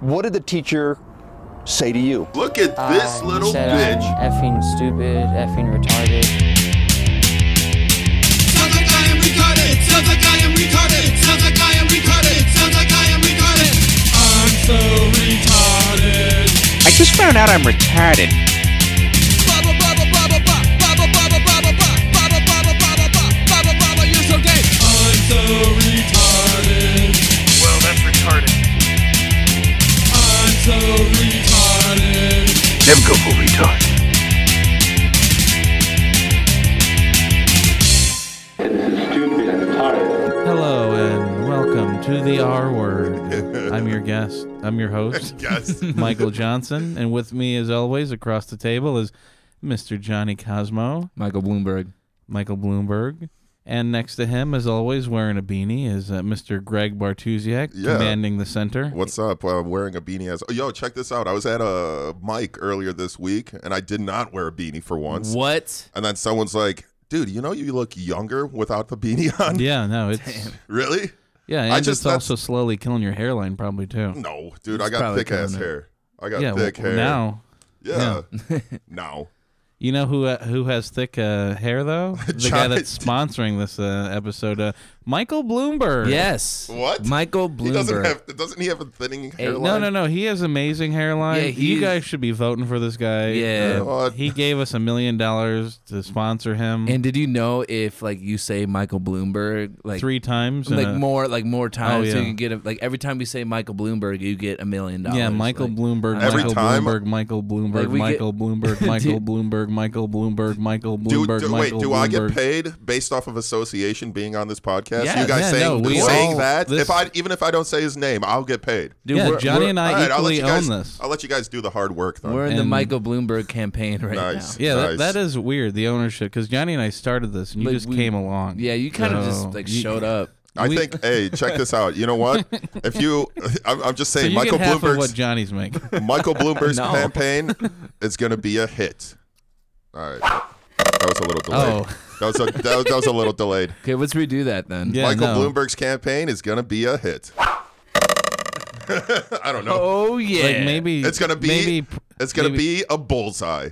What did the teacher say to you? Look at this Uh, he little said bitch. I'm effing stupid, effing retarded. Sounds like I am retarded. Sounds like I am retarded. Sounds like I am retarded. Sounds like I am retarded. I'm so retarded. I just found out I'm retarded. Baba baba baba ba baba baba baba ba baba baba baba ba baba baba you're so gay. I'm so retarded. Well, that's retarded. I'm so retarded. Never go full retard. Hello and welcome to the R Word. I'm your guest. I'm your host, Yes. Michael Johnson, and with me, as always, across the table is Mr. Johnny Cosmo, Michael Bloomberg. Michael Bloomberg, and next to him, as always, wearing a beanie is uh, Mr. Greg Bartusiak, Yeah. commanding the center. What's up? Well, I'm wearing a beanie as. Oh, yo, check this out. I was at a mic earlier this week, and I did not wear a beanie for once. What? And then someone's like, "Dude, you know you look younger without the beanie on." Yeah, no, it's Really? yeah, and I just- it's also slowly killing your hairline, probably too. No, dude, I It's got probably thick ass coming up. hair. I got yeah, thick well, hair. now Yeah. now. You know who uh, who has thick uh, hair though? The guy Johnny- that's sponsoring this uh, episode, uh, Michael Bloomberg. Yes. What? Michael Bloomberg. He doesn't have. Doesn't he have a thinning hairline? No, no, no. He has amazing hairline. Yeah, you he's- guys should be voting for this guy. Yeah. Uh, What? he gave us a million dollars to sponsor him and did you know if like you say Michael Bloomberg like three times. in like a- more like more times so yeah. you can get a, like every time we say Michael Bloomberg you get a million dollars. Yeah, Michael Like, Bloomberg, Every Michael time? Bloomberg, Michael Bloomberg, Like, we get- Michael Bloomberg, Michael Bloomberg, Michael Bloomberg, Michael Do, Bloomberg, do, Michael wait, do Bloomberg. I get paid based off of association being on this podcast? Yeah, you guys yeah, saying, no, we saying all- that? this- if I even if I don't say his name, I'll get paid. Dude, yeah, we're- Johnny we're- and I All right, I'll let equally you guys. own this. I'll let you guys do the hard work though. We're in the And- Michael Bloomberg campaign right nice. now. Yeah, nice. that, that is weird. The ownership, because Johnny and I started this, and you Like, just we- came along. Yeah, you kind of So- just like You- showed up. I we- think. Hey, check this out. You know what? If you, I'm, I'm just So saying, you Michael get half of what Bloomberg's Johnny's making. Michael Bloomberg's No. campaign is going to be a hit. All right, that was a little delayed. Oh. That was a that, was- that was a little delayed. Okay, let's redo that then. Yeah, Michael no. Bloomberg's campaign is going to be a hit. I don't know. Oh yeah. Like maybe It's gonna be- maybe it's going to maybe- be a bullseye.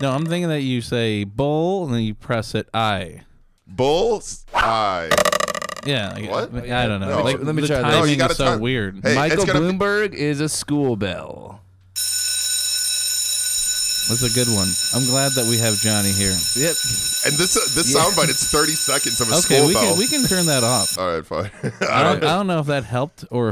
No, I'm thinking that you say bowl and then you press it I. Bullseye. Yeah, like, What? I, I don't know. No. Like, Oh, Let me the try that. timing No, you is gotta so try- weird. Hey, Michael it's gonna be- Bloomberg is a school bell. That's a good one. I'm glad that we have Johnny here. Yep. And this uh, this soundbite, it's 30 seconds of a Okay, school we bell. can we can turn that off. All right, fine. I don't, I don't know if that helped or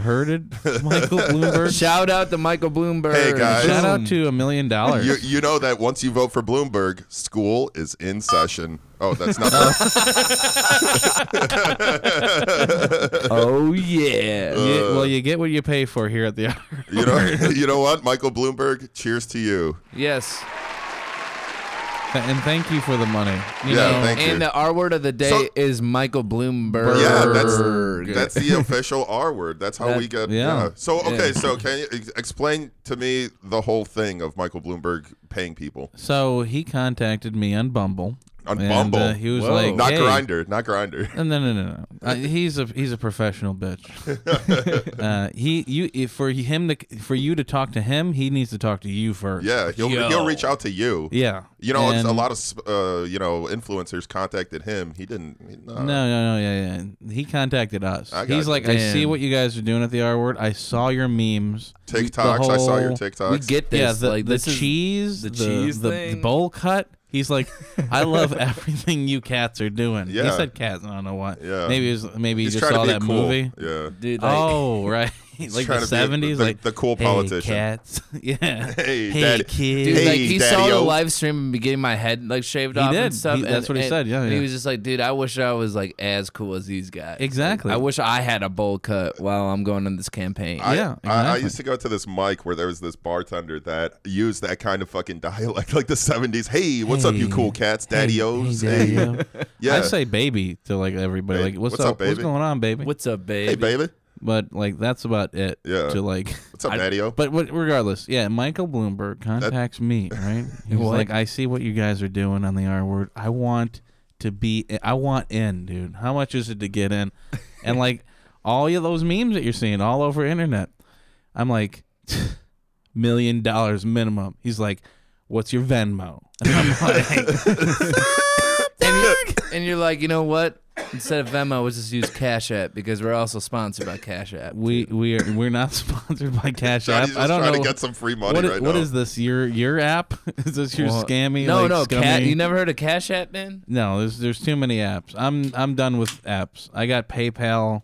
hurted Michael Bloomberg. Shout out to Michael Bloomberg. Hey, guys. Shout out to a million dollars. you, you know that once you vote for Bloomberg, school is in session. Oh, that's not. the- Oh yeah. Uh. You- well, you get what you pay for here at the hour. you know. You know what, Michael Bloomberg? Cheers to you. yes. And thank you for the money. You Yeah, know, thank you. And the R word of the day So- is Michael Bloomberg. Yeah, that's that's the official R word. That's how That- we get. yeah. So okay, Yeah. so can you ex- explain to me the whole thing of Michael Bloomberg paying people So he contacted me on Bumble. on and, Bumble? uh, he was Whoa. like, not hey. grinder, not grinder. No, no, no, no. Uh, he's a he's a professional bitch. uh, he you if for him to for you to talk to him, he needs to talk to you first. Yeah, he'll Yo. he'll reach out to you. yeah. You know, it's a And- lot of sp- uh, you know influencers contacted him. He didn't. No. No, no, no, yeah, yeah. He contacted us. I got He's you. like, I see Damn. what you guys are doing at the R word. I saw your memes. TikToks. I saw your whole- TikToks. we get this. yeah, the, like the this is- cheese, the, the cheese the, the thing. bowl cut. He's like, I love everything you cats are doing. He Yeah. said cats. I don't know why. Yeah. Maybe he was, maybe he He's just trying to be saw that cool. movie. Yeah. dude. Like, oh right, like trying the to be seventies, the- like the cool "Hey, politician." cats, yeah. Hey, hey daddy. kids. Dude, Hey, like he saw the daddy-o. live stream and be getting my head like shaved He off did. and stuff. He- and- that's what he and- said, yeah, and yeah. He was just like, dude, I wish I was like as cool as these guys. Exactly. Like, I wish I had a bowl cut while I'm going on this campaign. I, Yeah, I, I exactly. used to go to this mic where there was this bartender that used that kind of fucking dialect, like the '70s. Hey, what's up, you Hey. cool cats, daddy o's? Hey, hey, daddy-o. yeah, I say baby to like everybody. Babe. Like, what's, What's up? up, What's baby? going on, baby? What's up, babe? hey, baby, But like, that's about it. Yeah. To like, what's up, daddy o? but what, regardless, yeah. Michael Bloomberg contacts me, right? He's What? like, I see what you guys are doing on the R word. I want to be. I want in, dude. How much is it to get in? And like all of those memes that you're seeing all over internet. I'm like, million dollars minimum. He's like, what's your Venmo? And you're, and you're like, you know what? Instead of Venmo, let's just use Cash App because we're also sponsored by Cash App. We we are we're not sponsored by Cash App. Johnny's just I don't trying know to get some free money what is, right what now. is this your your app? Is this your Well, scammy? No, like, no, scummy? Ca- you never heard of Cash App, man? No, there's there's too many apps. I'm I'm done with apps. I got PayPal.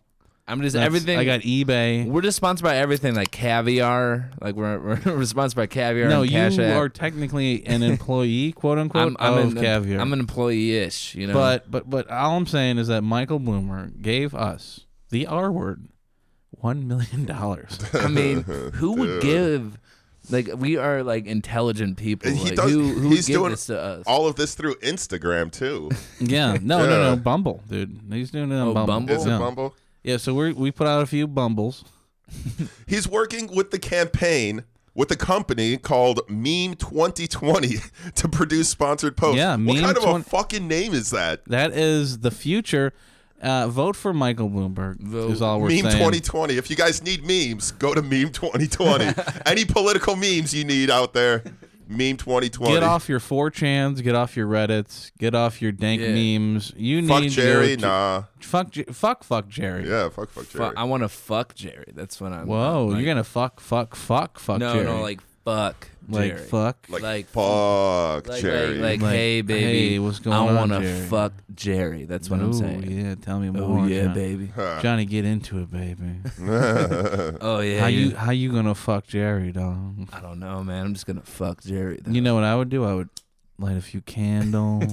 I'm just That's- everything. I got eBay. We're just sponsored by everything like caviar. Like we're we're, we're sponsored by caviar. No, and you Cash App. are technically an employee, quote unquote, I'm, I'm of an, Caviar. I'm an employee ish. You know, But but but all I'm saying is that Michael Bloomer gave us the R word, one million dollars. I mean, who would give? Like we are like intelligent people. And he like, does. who, who he's would give doing this to us? all of this through Instagram too. yeah, no no Yeah. no Bumble, dude. He's doing it on Oh, Bumble. Bumble? Is it yeah. Bumble? Yeah, so we we put out a few Bumbles. He's working with the campaign with a company called Meme 2020 to produce sponsored posts. Yeah, what Meme kind of 20 a fucking name is that? That is the future. Uh, vote for Michael Bloomberg Vote. is all we're Meme saying. 2020. If you guys need memes, go to Meme 2020. Any political memes you need out there, Meme 2020. Get off your 4chans, get off your Reddits, get off your dank Yeah. memes. You Fuck need your- Jerry. Nah. Fuck Jer- fuck fuck Jerry. Yeah. Fuck. Fuck Jerry. Fuck, I want to fuck Jerry. That's what I'm. Whoa, like, you're gonna fuck fuck fuck fuck no Jerry. no like fuck like Jerry. fuck. like, like- fuck Like, Jerry. Like, like, Like, hey baby, hey, what's going I on, wanna Jerry? fuck Jerry. That's what Ooh, I'm saying. Yeah, tell me more. Oh yeah, John- baby. Johnny, get into it, baby. Oh yeah. how you yeah. how you gonna fuck Jerry, dog? I don't know, man. I'm just gonna fuck Jerry. Then. You know what I would do? I would light a few candles,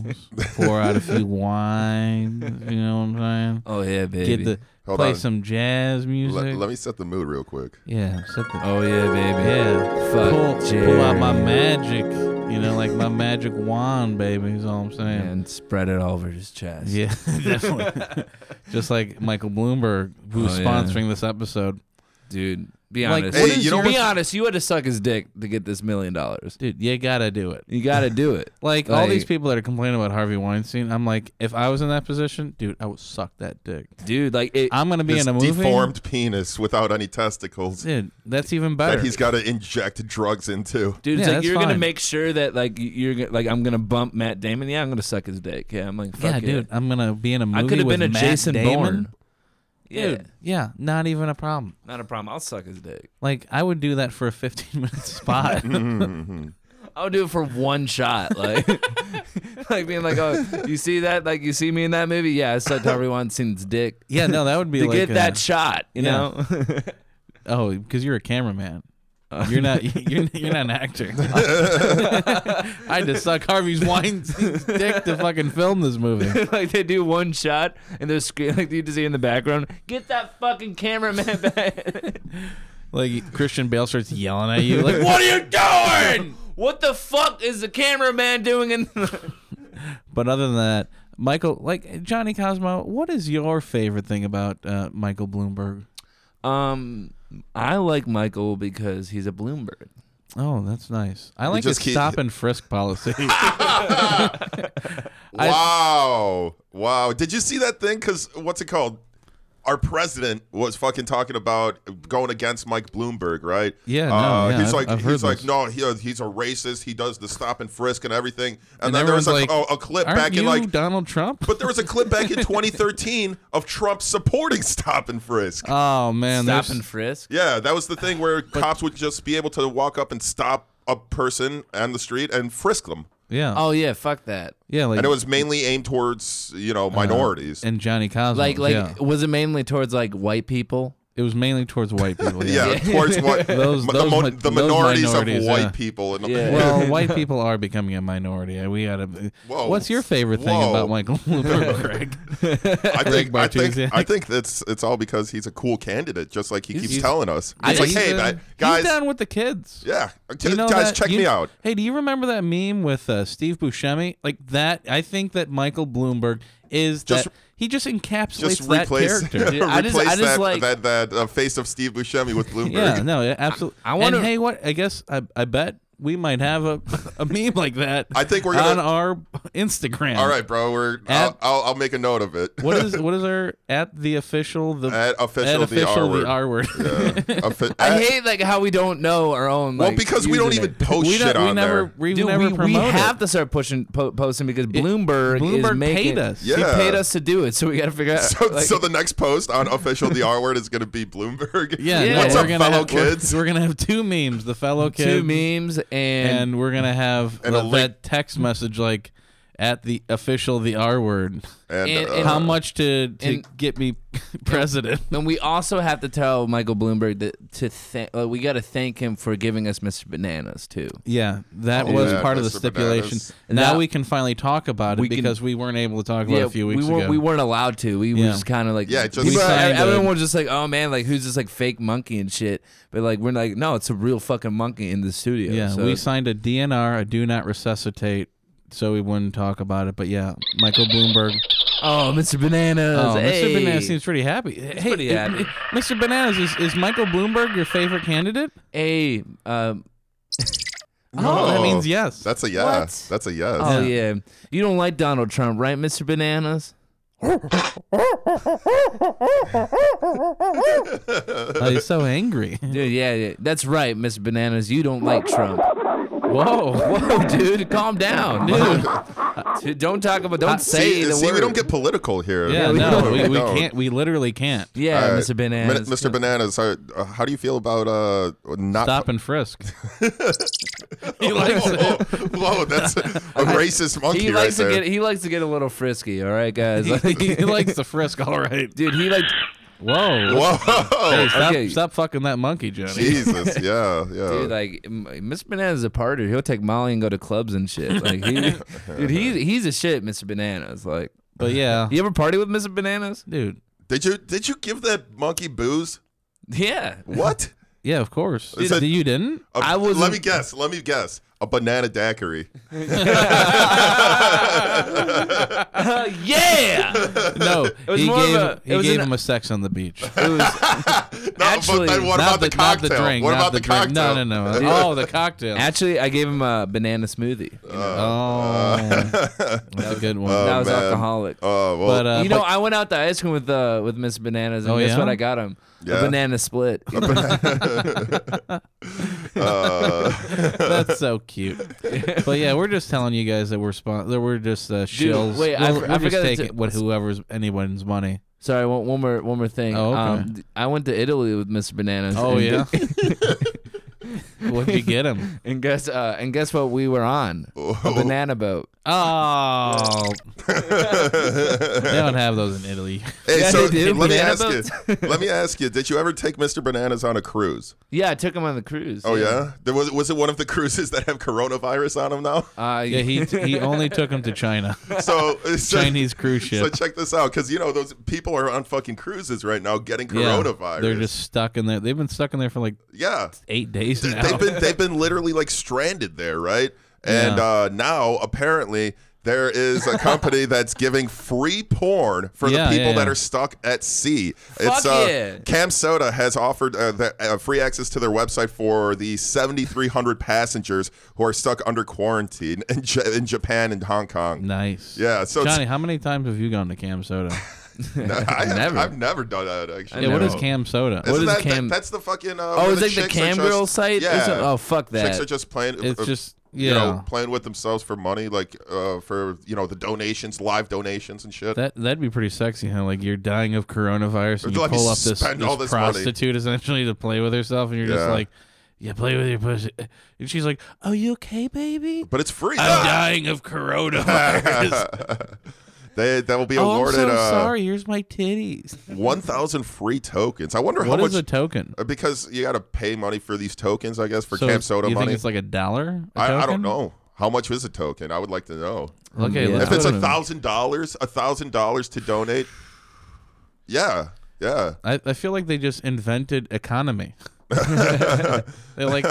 pour out a few wines. You know what I'm Oh yeah, saying? baby. Get the Hold play on. some jazz music. let, let me set the mood real quick. yeah, something. oh yeah, baby. yeah, Fuck pull, Jerry. pull out my magic. You know, like my magic wand, baby. Is all I'm saying. and spread it all over his chest. Yeah, definitely. Just like Michael Bloomberg, who's Oh, yeah. sponsoring this episode. dude. Be Like, honest. what Hey, is you know your- be what's- honest. You had to suck his dick to get this million dollars. Dude, you gotta do it. You got to do it. Like, all these Like- people that are complaining about Harvey Weinstein, I'm like, if I was in that position, dude, I would suck that dick. dude. Like it, I'm gonna be This in a movie. deformed penis without any testicles Dude, that's even better. that he's got to inject drugs into. dude. It's Yeah, like that's you're gonna fine. make sure that like you- you're gonna- like I'm gonna bump Matt Damon. Yeah, I'm gonna suck his dick. Yeah, I'm like fuck yeah, yeah. dude, I'm gonna be in a movie I could have with been a Matt Jason Damon. Bourne. Yeah, Dude, yeah, not even a problem. not a problem. I'll suck his dick. Like, I would do that for a 15 minute spot. I'll do it for one shot, like, like being like, oh, you see that? Like, you see me in that movie? Yeah, I sucked Harvey Weinstein's dick yeah, no, that would be to like get a- that shot. You yeah. know? Oh, because you're a cameraman. You're not. You're, you're not an actor. I had to suck Harvey's Weinstein's dick to fucking film this movie. like they do one shot and they're screaming like you just see in the background get that fucking cameraman back Like Christian Bale starts yelling at you, like, what are you doing what the fuck is the cameraman doing in the- But other than that, Michael, like Johnny Cosmo, what is your favorite thing about uh, Michael Bloomberg? um i like michael because he's a bloomberg Oh, that's nice. I like his just keep- stop and frisk policy. Wow. Wow. Did you see that thing? Because what's it called? Our president was fucking talking about going against Mike Bloomberg, right? Yeah, no, uh, yeah, he's I've- like, I've heard he's like, this. no, he, he's a racist. He does the stop and frisk and everything. And, And then there was a, everyone's a, like, a clip Aren't back you in like, Donald Trump? but there was a clip back in 2013 of Trump supporting stop and frisk. Oh man, stop there's- and frisk yeah, that was the thing where cops would just be able to walk up and stop a person on the street and frisk them. yeah, oh yeah fuck that yeah, like Uh-huh. And it was mainly aimed towards, you know, minorities. and Johnny Cosmo, like like Oh, yeah. was it mainly towards like white people it was mainly towards white people. yeah, towards what m- Those- those the, mi- the those minorities, minorities, of white yeah. people. And Yeah. Well, white people are becoming a minority. We gotta. Whoa. What's your favorite thing Whoa. about Michael Bloomberg, Craig? I think I Bartusiak. think I think that's it's all because he's a cool candidate, just like he keeps he's- telling us. It's Yeah, like, he's hey, done- man, guys, he's down with the kids. yeah, uh, You know guys, that- check you- me out. Hey, do you remember that meme with uh, Steve Buscemi? Like that, I think that Michael Bloomberg is Just- that he just encapsulates Just that replace, character. I just- I replace just that, like- that that uh, face of Steve Buscemi with Bloomberg. yeah, no, yeah, absolutely. I wanna- And hey, what? I guess I, I bet we might have a, a meme like that. I think we're gonna- on our Instagram. All right, bro. We're I'll, At- I'll, I'll make a note of it. What is what is our at the official the At official, at official the R word? word. Yeah. Offi- I at- hate like how we don't know our own. Well, like, because we don't username. even post we shit don't, on we never there. we've Dude, never we, we promoted. have to start pushing po- posting because Bloomberg, Bloomberg is making, paid us. He Yeah. paid us to do it, so we got to figure out. So, like, so the next post on official the R word is going to be Bloomberg. Yeah, Yeah. no, What's we're up, gonna fellow have- we're- kids? We're, gonna have two memes: the fellow kids two memes and, and we're gonna have And a that, link. that text message like at the official the R word. And, and- uh, and How much to to and- get me president? and we also have to tell Michael Bloomberg that to thank. Uh, we got to thank him for giving us Mr. Bananas too. Yeah, that Oh, was yeah, part of the Mr. stipulation. Bananas. Now That- we can finally talk about it We can- because we weren't able to talk about it a few weeks we weren't, ago. We weren't allowed to. We Yeah. was kind of like Yeah, just- we We were- signed everyone a- was just like, oh man, like who's this like fake monkey and shit? But like we're like, no, it's a real fucking monkey in the studio. yeah, so we signed a DNR, a do not resuscitate, so we wouldn't talk about it. But yeah, Michael Bloomberg. Oh, Mr. Bananas. Oh, Mr. hey. Bananas seems pretty happy. hey, pretty it- happy. it- Mr. Bananas, is, is Michael Bloomberg your favorite candidate? Hey, um, Oh, that No. means yes. That's a yes. What? That's a yes. oh yeah. You don't like Donald Trump, right, Mr. Bananas? Oh, he's so angry. Dude, yeah, yeah, that's right, Mr. Bananas. You don't like Trump. Whoa. Whoa, dude, calm down, dude. Dude, don't talk about. Don't say Uh, see, the see, word. we don't get political here. Yeah, no, we, we don't. can't. We literally can't. Yeah, All right. Mr. Bananas. Min- Mr. Bananas, how, uh, how do you feel about uh not? Stop and frisk. Whoa, whoa, whoa, that's a racist monkey He right likes there. to get. He likes to get a little frisky. All right, guys. Like, he likes the frisk, all right. dude, he like. Whoa. Whoa, Hey, stop, Okay. stop fucking that monkey, Johnny. Jesus, yeah, yeah. Dude, like m- Mr. Bananas is a party. He'll take Molly and go to clubs and shit. Like he, dude, he's he's a shit, Mr. Bananas. Like, But yeah, you ever party with Mr. Bananas? dude. did you did you give that monkey booze? Yeah, What? Yeah, of course. Is Did- it- you didn't? A- I wasn't- Let me guess. Let me guess. A banana daiquiri. Uh, yeah. No, was he more of gave, a- it he was gave an- him a sex on the beach. It was, No, Actually, but then what not about the, not the cocktail? drink. what not about the, the, drink. cocktail? No, no, no. oh, the cocktail. actually, I gave him a banana smoothie. You know, Uh, oh, that's a good one. that oh, was man. alcoholic. Oh well, but uh, you know, I went out to ice cream with uh, with Miss Bananas, and Oh, guess yeah? what I got him? Yeah. A banana split. uh, uh, that's so cute. but yeah, we're just telling you guys that we're spon- that we're just uh, shills. wait, I we're, for- we're I just forgot to- taking what whoever's anyone's money. Sorry, one, one more one more thing. Oh, okay. th- I went to Italy with Mr. Bananas. Oh and- yeah. What'd you get him? and guess uh, and guess what we were on? A banana boat. Oh, they don't have those in Italy. hey, Yeah, so they do. let me Banana ask you. Let me ask you. Did you ever take Mr. Bananas on a cruise? Yeah, I took him on the cruise. Oh yeah. There was was it one of the cruises that have coronavirus on them now? Uh, Yeah, he he only took him to China, So so- Chinese cruise ship. So check this out, because you know those people are on fucking cruises right now getting Yeah, coronavirus. They're just stuck in there. They've been stuck in there for like yeah. eight days They- now. They've been they've been literally like stranded there, right? And Yeah. uh, now apparently there is a company that's giving free porn for Yeah, the people yeah, that yeah. are stuck at sea. Fuck it's uh, yeah. Cam Soda has offered uh, the, uh, free access to their website for the 7,300 passengers who are stuck under quarantine in, J- in Japan and Hong Kong. nice. Yeah, so it's- Johnny, how many times have you gone to Cam Soda? I have, Never. I've never done that actually. yeah, what No. is Cam Soda? Isn't is that, that- cam- that's the fucking. Uh, oh, where is like the chicks are cam just- girl site? or Yeah. something? Oh fuck Chicks that. are just playing. it's uh, just yeah. you know playing with themselves for money, like uh, for you know the donations, live donations and shit. that that'd be pretty sexy, huh? Like you're dying of coronavirus and you Let me pull up this, spend this all this money. prostitute essentially to play with herself, and you're just Yeah. like, yeah, play with your pussy, and she's like, oh, you okay, baby? but it's free. I'm dying of coronavirus. they that will be oh, I'm awarded so uh, sorry. Here's my titties. one thousand free tokens. I wonder What how is a much token? uh, because you got to pay money for these tokens, I guess, for So Camp Soda you money. think it's like a dollar? a I, I token? don't know. How much is a token? I would like to know. Okay, Um, Yeah. let's If it's go a to- thousand dollars, a thousand dollars to donate. Yeah, yeah. I, I feel like they just invented economy. They're like,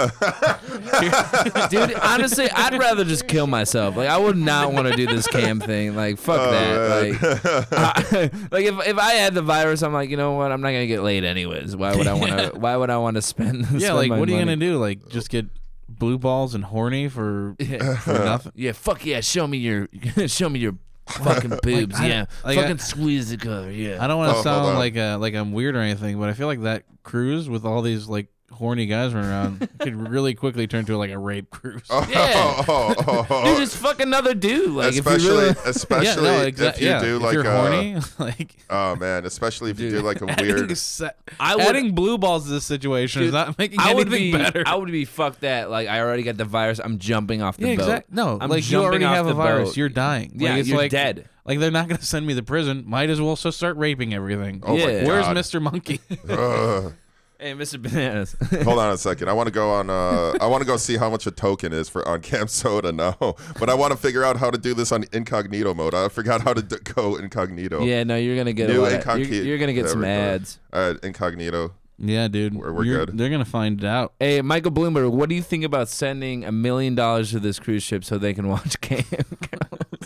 Dude, honestly, I'd rather just kill myself. Like, I would not want to do this cam thing. Like, fuck Oh, that. Like, I- like if, if I had the virus, I'm like, you know what? I'm not gonna get laid anyways. Why would I want to? Why would I want to spend? yeah, like, what are you gonna do? Like, just get blue balls and horny for, for nothing. Yeah, fuck yeah. Show me your, show me your fucking boobs. yeah, like, I- fucking squeeze the cover. Yeah. I don't want Oh, to hold on. sound like uh like I'm weird or anything, but I feel like that cruise with all these like horny guys running around could really quickly turn to like a rape cruise. yeah. Oh, oh, oh. Dude, just fuck another dude. Like, if you especially, really, especially exa- if you do if like uh, you're a, horny, like oh man, especially if you do like a adding, weird. se- I would- adding blue balls to this situation is Dude, not making I would anything be, better. I would be fucked that. Like, I already got the virus. I'm jumping off the yeah, boat. exactly. No, I'm like you jumping already off have a the virus. boat. You're dying. Like, Yeah, it's you're like, dead. Like they're not gonna send me to prison. Might as well so start raping everything. Oh my Yeah. Where's God. Mr. Monkey? Ugh. Hey, Mr. Bananas. Hold on a second. I want to go on. Uh, I want to go see how much a token is for on Camp Soda now, but I want to figure out how to do this on incognito mode. I forgot how to d- go incognito. yeah, no, you're gonna get a New lot of- incognito. you're, you're gonna get some ads. All right, incognito. yeah, dude. We're- we're You're- good. They're gonna find it out. Hey, Michael Bloomberg, what do you think about sending a million dollars to this cruise ship so they can watch Cam?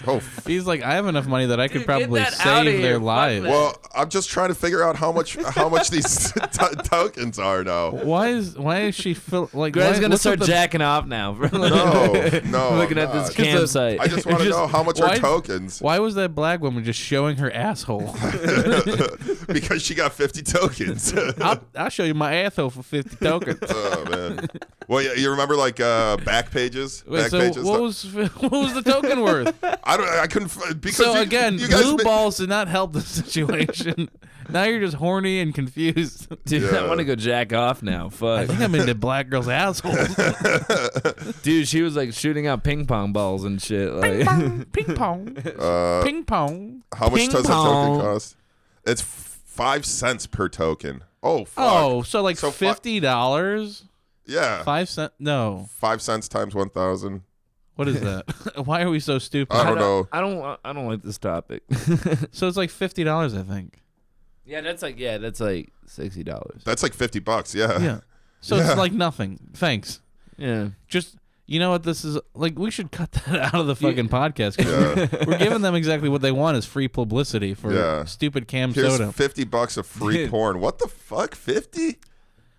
Oh, f- He's like, I have enough money that I could Dude, get probably that outta save here. their Fuck lives. that. well, I'm just trying to figure out how much how much these t- tokens are now. Why is why is she feel like Greg's why, gonna what's start up the- jacking off now. bro. No, Oh, no, looking I'm at this not. campsite. I just want to Just- know how much why- are tokens Why was that black woman just showing her asshole? because she got 50 tokens. I'll, I'll show you my asshole for fifty tokens. oh man. Well, yeah, you remember like uh, back pages? Wait, back so pages. what was what was the token worth? I don't. I couldn't f- because so you, again, you guys blue ma- balls did not help the situation. now you're just horny and confused. Dude, I Yeah. want to go jack off now. I Fuck. think I'm into black girls' assholes. Uh, Dude, she was like shooting out ping pong balls and shit. Like, ping pong, Uh, ping pong. how much ping does a pong. token cost? It's f- five cents per token. Oh, fuck. Oh, so like So fu- fifty dollars, yeah. Five, five cent? No, cents times one thousand. what is that? Why are we so stupid? I don't know. I don't. I don't like this topic. So it's like fifty dollars, I think. yeah, that's like. Yeah, that's like sixty dollars. That's like fifty bucks. Yeah. Yeah. So it's like nothing. Thanks. Yeah. Just you know what this is like. We should cut that out of the fucking podcast. 'cause Yeah. We're giving them exactly what they want is free publicity for Yeah. stupid cam Here's soda. fifty bucks of free Dude. porn. What the fuck? Fifty?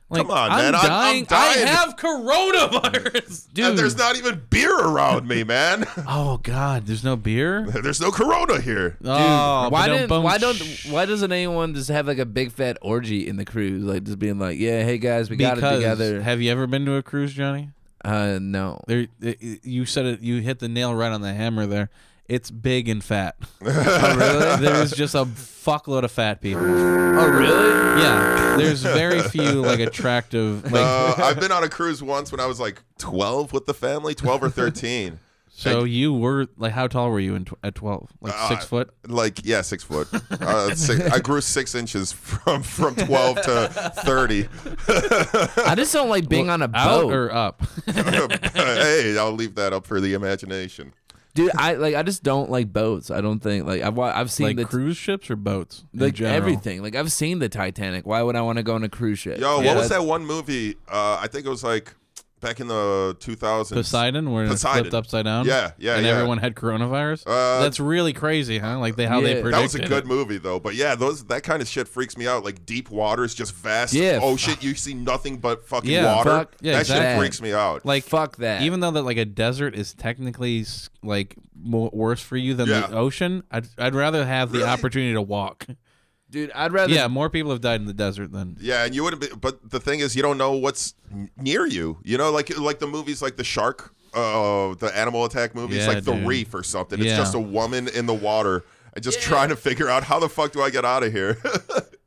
Like, Come on, I'm man. I'm- I'm Dying. dying. I have coronavirus. Dude. And there's not even beer around me, man. oh God, there's no beer. there's no Corona here. oh, why but didn't? bum- Why don't? Why doesn't anyone just have like a big fat orgy in the cruise? Like just being like, yeah, hey guys, we got it Because together. have you ever been to a cruise, Johnny? Uh, no. There, it- it- you said it. You hit the nail right on the hammer there. It's big and fat. really? There's just a fuckload of fat people. Oh really? Yeah, there's very few like attractive. Like, Uh, I've been on a cruise once when I was like 12 with the family, 12 or 13. so you were like, how tall were you in tw- at twelve? Like six Uh, foot. Like yeah, six foot. Uh, six, I grew six inches from from 12 to 30. I just don't like being on a Out boat, or up? hey, I'll leave that up for the imagination. dude. I like. I just don't like boats. I don't think like I've wa- I've seen like the cruise ships or boats? in like general? everything. Like I've seen the Titanic. Why would I want to go on a cruise ship? Yo, Yeah, what was that that's- one movie? Uh, I think it was like back in the 2000s. Poseidon, where Poseidon. it's flipped upside down. Yeah, yeah, and yeah. everyone had coronavirus. Uh, That's really crazy, huh? Like they how they Yeah. predicted. That was a good it. movie though, but yeah, those that kind of shit freaks me out. Like deep waters, just vast Yeah, ocean. You see nothing but fucking Yeah, water. fuck- yeah, that shit exactly. freaks me out. Like Fuck that. Even though that like a desert is technically s- like more, worse for you than Yeah. the ocean, I'd I'd rather have the opportunity to walk. dude, I'd rather. Yeah, more people have died in the desert than Yeah, and you wouldn't. Be, but the thing is, you don't know what's n- near you. You know, like like the movies, like the shark, uh, the animal attack movies, Yeah, like the dude. reef or something. It's Yeah. just a woman in the water, and just trying to figure out how the fuck do I get out of here.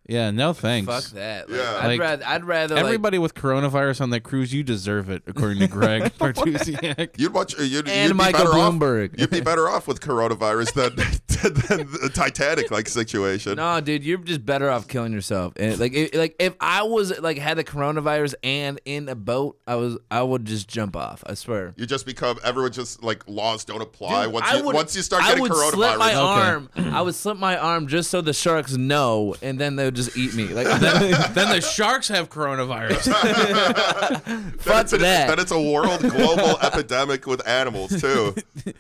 yeah. No thanks. Fuck that. Like, Yeah. I'd Like, rather. I'd rather. like- Everybody with coronavirus on that cruise, you deserve it, according to Greg Bartusiak. you'd watch. You'd, And you'd be Michael better Off, Bloomberg. you'd be better off with coronavirus than than the Titanic like situation. No, dude, you're just better off killing yourself. And like, if, like if I was like had the coronavirus and in a boat, I was I would just jump off. I swear. You just become everyone. Just like laws don't apply Dude, once I you would- once you start I getting would coronavirus. Slip my Okay. arm. I would slip my arm just so the sharks know, and then they would just eat me. Like that, then the sharks have coronavirus. Then fuck it's an- Then that, it's a world global epidemic with animals too.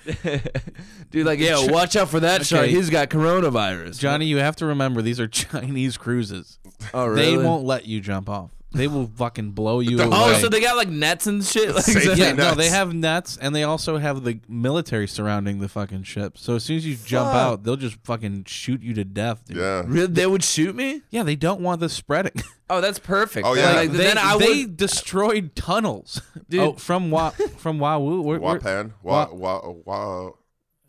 dude. Like, yeah, watch out for that shark. Okay. He's got coronavirus. Johnny, you have to remember these are Chinese cruises. oh really? They won't let you jump off. they will fucking blow you away. Oh, so they got like nets and shit. Like, Safety is that- yeah, no, nuts. they have nets, and they also have the military surrounding the fucking ship. So as soon as you jump out, they'll just fucking shoot you to death. Dude. Yeah. Really? They would shoot me? Yeah, they don't want this spreading. Oh, that's perfect. Oh, yeah. Like, they, then I they would. destroyed tunnels. Dude. Oh, from Wa from Wawu. Where, where- Wapan. Wa, wa, wa,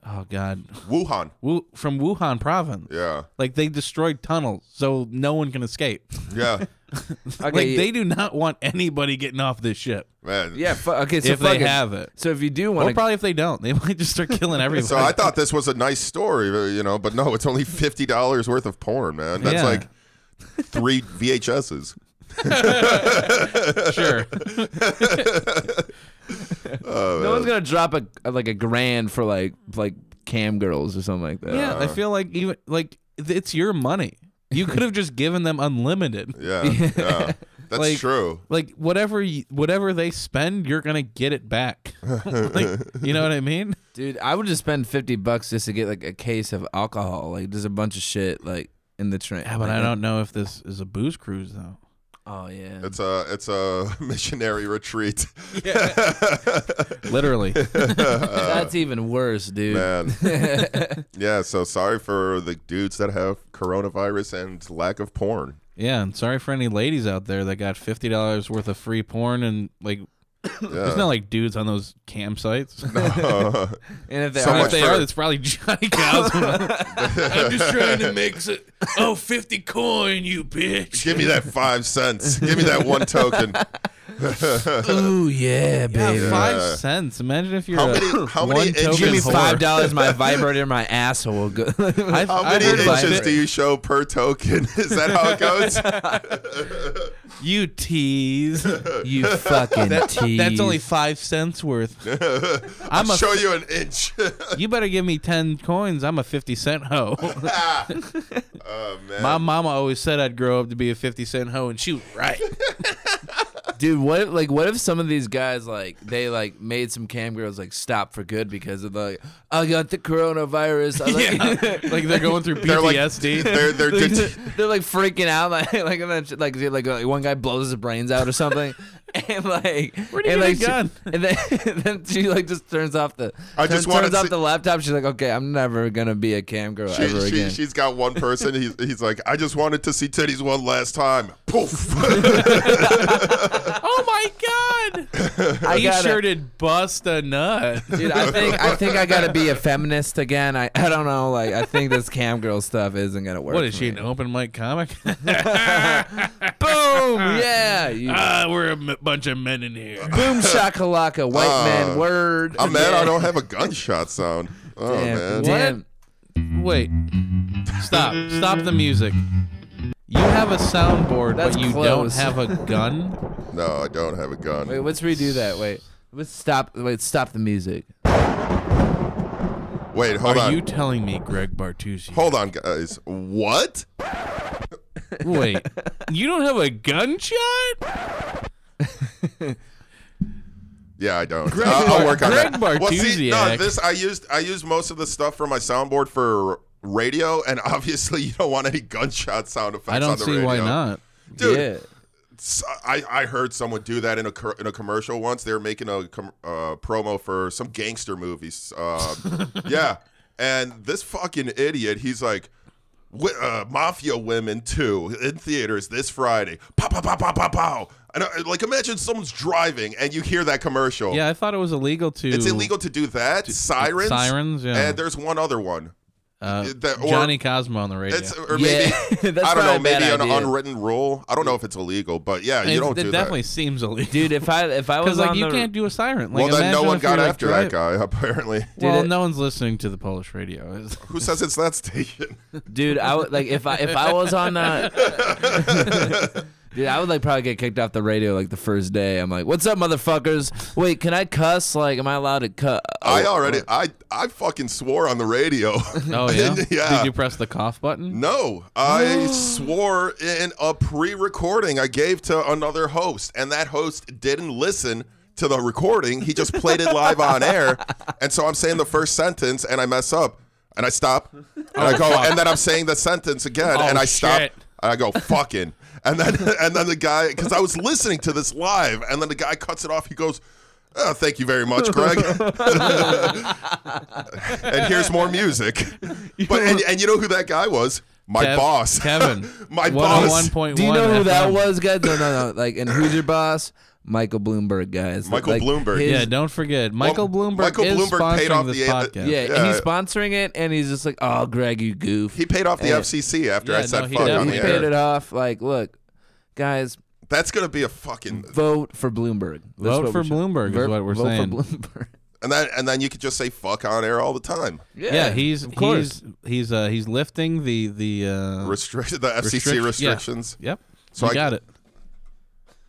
oh God, Wuhan. Wu, from Wuhan province. Yeah. Like they destroyed tunnels, so no one can escape. Yeah. Okay, like they do not want anybody getting off this ship Man. Yeah. Fu- okay. So if they fuck it. have it. So if you do Well, want to, probably if they don't, they might just start killing everybody. So I thought this was a nice story, but, you know, but no, it's only fifty dollars worth of porn, man. That's Yeah. like three VHSs. sure. no one's gonna drop a, a- like a grand for like like cam girls or something like that. Yeah, I feel like even like th- it's your money. You could have just given them unlimited. Yeah, yeah. that's Like- true. Like whatever you, whatever they spend, you're gonna get it back. like, you know what I mean? Dude, I would just spend fifty bucks just to get like a case of alcohol. Like there's a bunch of shit like in the train. Yeah, but I don't know if this is a booze cruise though. Oh yeah. It's a it's a missionary retreat, Literally, That's even worse, dude. man. yeah. So sorry for the dudes that have coronavirus and lack of porn. yeah. And sorry for any ladies out there that got fifty dollars worth of free porn and like. There's not like dudes on those campsites. And if they So are, much If they for- are, it's probably Johnny Cows. I'm just trying to mix it. Oh, 50 coin, you bitch. Give me that five cents. Give me that one token. ooh yeah, Yeah, baby. five cents. Imagine if you're How a many- how many one inches- token Give me Whore. five dollars, my vibrator, in my asshole. Go- I, How I many heard about inches it. do you show per token? Is that how it goes? you tease? you fucking tease. That's only five cents worth. I'm a. show you an inch. You better give me ten coins. I'm a fifty cent hoe. oh man. My mama always said I'd grow up to be a fifty cent hoe, and she was right. dude. What if, like what if some of these guys like they like made some cam girls like stop for good because of like I got the coronavirus. I like, like they're going through They're like- PTSD. They're they're They're, det- they're, like freaking out, like like and then shit, like, dude, like like one guy blows his brains out or something, and like Where'd he and, get like, a she- gun? and then and then she like just turns off the I turn- just wanna turns off see- the laptop. She's like, okay, I'm never gonna be a cam girl she, ever she, again. she's got one person. He's, he's like, I just wanted to see titties one last time. Poof. oh my god! I he gotta- sure did bust a nut. Dude, I think I think I gotta be a feminist again. I, I don't know. Like I think this cam girl stuff isn't gonna work. What is for she, me. an open mic comic? Boom! Yeah, you, Ah, we're a m- bunch of men in here. boom shakalaka, white man Uh, word. I'm mad I don't have a gunshot sound. Oh Damn, man. damn. Wait. Stop. Stop the music. You have a soundboard, That's but you close. don't have a gun? No, I don't have a gun. Wait, let's redo that. Wait, let's stop. Wait, stop the music. Wait, hold Are on. you telling me, Greg Bartucci? hold on, guys. What? Wait. You don't have a gunshot? Yeah, I don't. I'll, I'll work on Greg that. Well, see, no, Bartusiak. this I used. I used most of the stuff from my soundboard for radio, and obviously, you don't want any gunshot sound effects. I on don't the see radio. why not. dude. yeah. s- I, I heard someone do that in a cur- in a commercial once. They were making a com- uh, promo for some gangster movies. Um, yeah, and this fucking idiot, he's like, "Wi- uh, "Mafia women too in theaters this Friday." Pow pow pow pow pow pow. And uh, like, imagine someone's driving and you hear that commercial. Yeah, I thought it was illegal to. it's illegal to do that. Sirens. sirens, yeah. And there's one other one. Uh, that- or- Johnny Cosmo on the radio. It's uh, or Yeah, maybe that's I don't probably a know. Maybe bad an idea. unwritten rule. I don't know if it's illegal, but yeah, you It- don't do it that. definitely seems illegal. Dude, if I if I was Because like on you the can't do a siren. Like, well, then no imagine one if you're, got like, after drive- that guy, apparently. Well, it- no one's listening to the Polish radio. Who says it's that station? dude, I would like if I if I was on the. Dude, I would like probably get kicked off the radio like the first day. I'm like, "What's up, motherfuckers? Wait, can I cuss? Like, am I allowed to Oh, cuss?" I already, I, I fucking swore on the radio. Oh yeah. Yeah. Did you press the cough button? No, I swore in a pre-recording I gave to another host, and that host didn't listen to the recording. He just played it live on air, and so I'm saying the first sentence, and I mess up, and I stop, and I go, and then I'm saying the sentence again, and I stop, shit. and I go fucking. And then and then the guy, because I was listening to this live, and then the guy cuts it off. He goes. Oh, thank you very much, Greg. and here's more music. But and, and you know who that guy was? My Kev- boss, Kevin. My boss. 101.1 Do you know who that FM. was, guys? No, no, no. Like, and who's your boss? Michael Bloomberg, guys. Michael Like, Bloomberg. his- Yeah, don't forget. Michael Bloomberg Michael is Bloomberg paid sponsoring off this the- uh, podcast. yeah, Yeah. and he's sponsoring it, and he's just like, "Oh, Greg, you goof." He paid off the Yeah. FCC after Yeah, I said no, he fuck on he the definitely paid air. it off. Like, look, guys, That's gonna be a fucking vote for Bloomberg. That's Vote what for we should- Bloomberg is Ver- what we're vote for saying. Bloomberg. and then and then you could just say fuck on air all the time. Yeah, he's of course. he's he's uh he's lifting the the uh Restrict the FCC restrict- yeah. restrictions. Yep. So So I- I got it.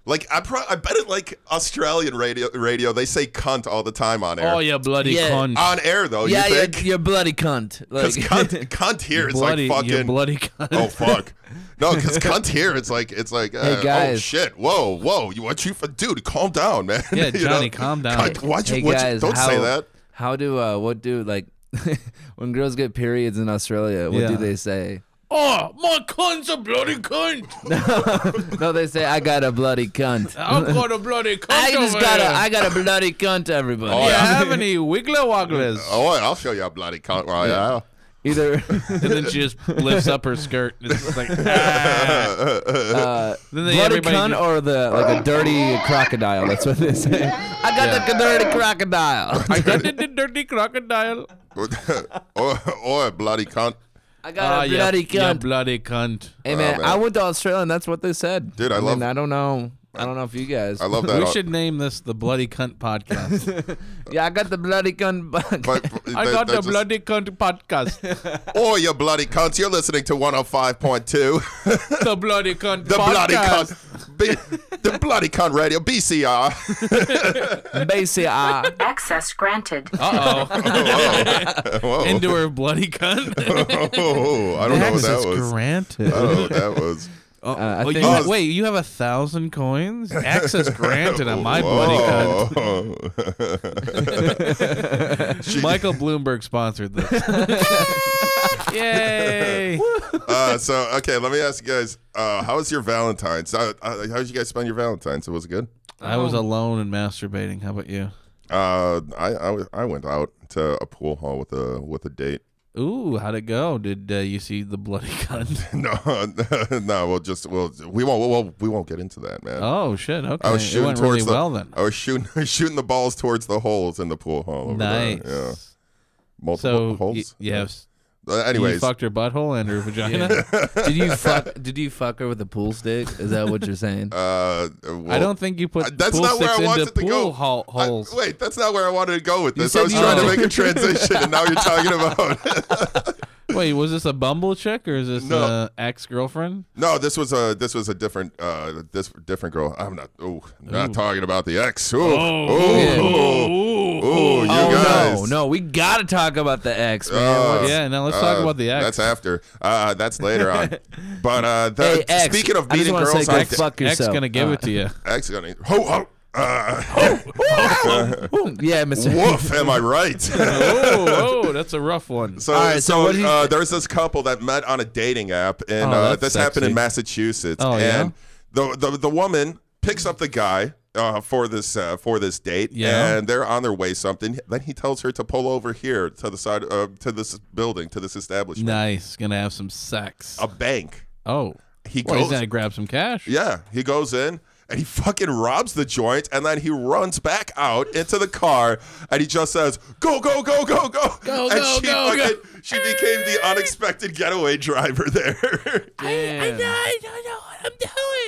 Like I pro- I bet it like Australian radio radio they say cunt all the time on air. Oh you bloody Yeah. cunt. On air though, yeah, Oh, you yeah, think? you're bloody cunt. Like, Because cunt, cunt here is bloody like you fucking bloody cunt. oh fuck. No, because cunt here, it's like it's like uh, oh guys. shit, whoa, whoa, you what you for, dude? Calm down, man. Yeah, You know? Johnny, calm down. Cunt, why'd you, hey what'd you- guys, don't how, say that. How do uh, what do like when girls get periods in Australia? What Yeah. do they say? Oh, my cunt's a bloody cunt. No, they say I got a bloody cunt. I've got a bloody cunt. I just over got here. a I got a bloody cunt. Everybody, Oh, Do you yeah. have any wiggler wogglers? Oh, I'll show you a bloody cunt. Well, yeah. either uh, And then she just lifts up her skirt. And it's just like, ah. uh, Then they- bloody everybody cunt just- or the like a dirty crocodile. That's what they say. I got the dirty crocodile. I got the the dirty crocodile. Uh, or or a Oh, bloody cunt. I got Ah, a you- bloody you cunt. bloody cunt. Hey man, man. I went to Australia and that's what they said. Dude, I mean, love- I don't know. I don't know if you guys. I love that. We Uh, should name this the Bloody Cunt Podcast. Yeah, I got the bloody cunt. But I they- got they the just- Bloody Cunt Podcast. Or you bloody cunts. You're listening to 105.2. the Bloody Cunt The Podcast. bloody cunt. B- the bloody cunt radio. BCR. Basically, I. Access granted. Oh. Uh-oh. Whoa. Whoa. Into her bloody cunt. Whoa. I don't Oh, know what that was. granted. I don't know what Oh, that was. Uh, I Oh, you think- Oh, have- wait, you have a thousand coins? Access granted Oh, on my bloody cunt. cunt. Michael Bloomberg sponsored this. Yay! uh, so, okay, let me ask you guys uh, how was your Valentine's? Uh, uh, how did you guys spend your Valentine's? Was it good? I was alone and masturbating. How about you? Uh, I, I, was- I went out to a pool hall with a with a date. Ooh, how'd it go? Did uh, you see the bloody cunt? No, no, we'll just we'll we won't we'll, we won't get into that, man. Oh shit! Okay, I was it shooting went towards really the well then. I was shooting shooting the balls towards the holes in the pool hall. Over nice. There. Yeah, multiple So y- holes. yes, Uh, you anyways, fucked her butthole and her vagina. did you fuck? Did you fuck her with a pool stick? Is that what you're saying? uh, well, I don't think you put uh, that's pool not where I sticks wanted into to go. pool hol- I- holes. wait, that's not where I wanted to go with this. I said was you trying to wanted- make a transition, and now you're talking about. Wait, was this a bumble chick or is this No. uh, ex girlfriend? no, this was a this was a different uh this different girl. I'm not. Oh, not talking about the ex. Ooh, oh, oh, oh, you oh guys. no, no, we gotta talk about the ex, Uh, man. What- Yeah. Now let's talk Uh, about the ex. That's after. Uh, that's later on. But uh, the, Hey, ex, speaking of I just beating wanna girls, say, go I, fuck Ex yourself. gonna give it to you. ex gonna ho ho. Uh, Uh, yeah, Mister. woof, am I right? so, oh, oh, that's a rough one. so, All right, so what do you- uh, there's this couple that met on a dating app, and Oh, uh, that's this happened in sexy. Massachusetts. Oh, yeah? and the, the the woman picks up the guy uh, for this uh, for this date, Yeah. and they're on their way something. Then he tells her to pull over here to the side uh, to this building to this establishment, Nice. Gonna have some sex. a bank. oh, He well, goes he's gonna grab some cash. Yeah, he goes in and he fucking robs the joint and then he runs back out into the car and he just says, "Go, go, go, go, go!" Go, and go, go, go. she became the unexpected getaway driver there. Damn. I don't know what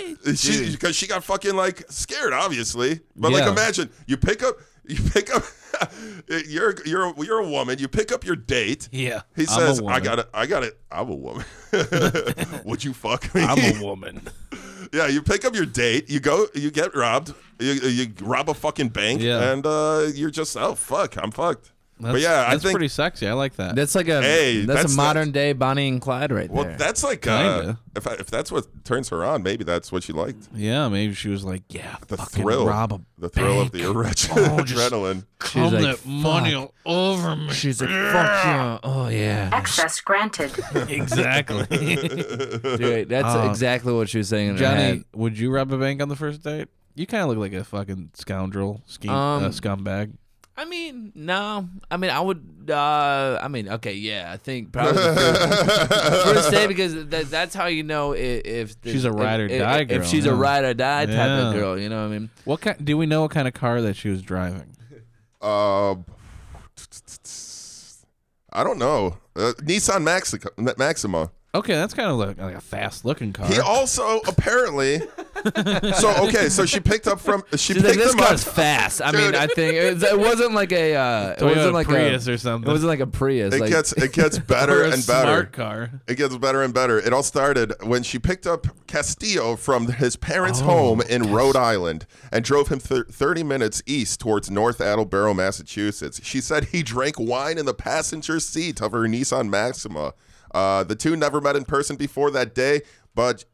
I'm doing. she because she got fucking like scared, obviously. But like, Yeah. imagine you pick up, you pick up, you're you're you're a woman. You pick up your date. Yeah. He I'm a says, "I woman. got it. I got it. I'm a woman. Would you fuck me? I'm a woman. Yeah, you pick up your date, you go, you get robbed, you, you rob a fucking bank, Yeah. and uh, you're just, oh, fuck, I'm fucked. That's, but yeah, I that's think pretty sexy. I like that. That's like a Hey, that's, that's a not- modern day Bonnie and Clyde right well, there. that's like uh, Kinda. if I, if that's what turns her on, maybe that's what she liked. yeah, maybe she was like, yeah, The fucking thrill, rob a the thrill of the bank. erection, Oh, just- adrenaline. Come like, that money "Fuck." all over me. She's like, fuck yeah, oh yeah, Access granted. exactly. dude, that's Oh. exactly what she was saying in her Johnny, head. would you rob a bank on the first date? You kind of look like a fucking scoundrel, scheme, Um, uh, scumbag. I mean, no, I mean, I would, uh, I mean, okay, yeah, I think probably the Oh, first- first day because that, that's how you know i- if the- She's a ride or if- if- die girl, If she's yeah. a ride or die type of Yeah. girl, you know what I mean? What kind? Do we know what kind of car that she was driving? Um, I don't know. Uh, Nissan Maxica, Maxima. Okay, that's kind of like, like a fast-looking car. He also apparently. so okay, so she picked up from she She's like, picked this them up. car's fast. I mean, Dude. I think it, was- it wasn't like a, uh, it Toyota wasn't like Prius a, or something. it wasn't like a Prius. It like, gets it gets Or better a and better. smart car. It gets better and better. It all started when she picked up Castillo from his Oh, parents' home in Rhode Island and drove him thir- 30 minutes east towards North Attleboro, Massachusetts. She said he drank wine in the passenger seat of her Nissan Maxima. Uh, the two never met in person before that day, but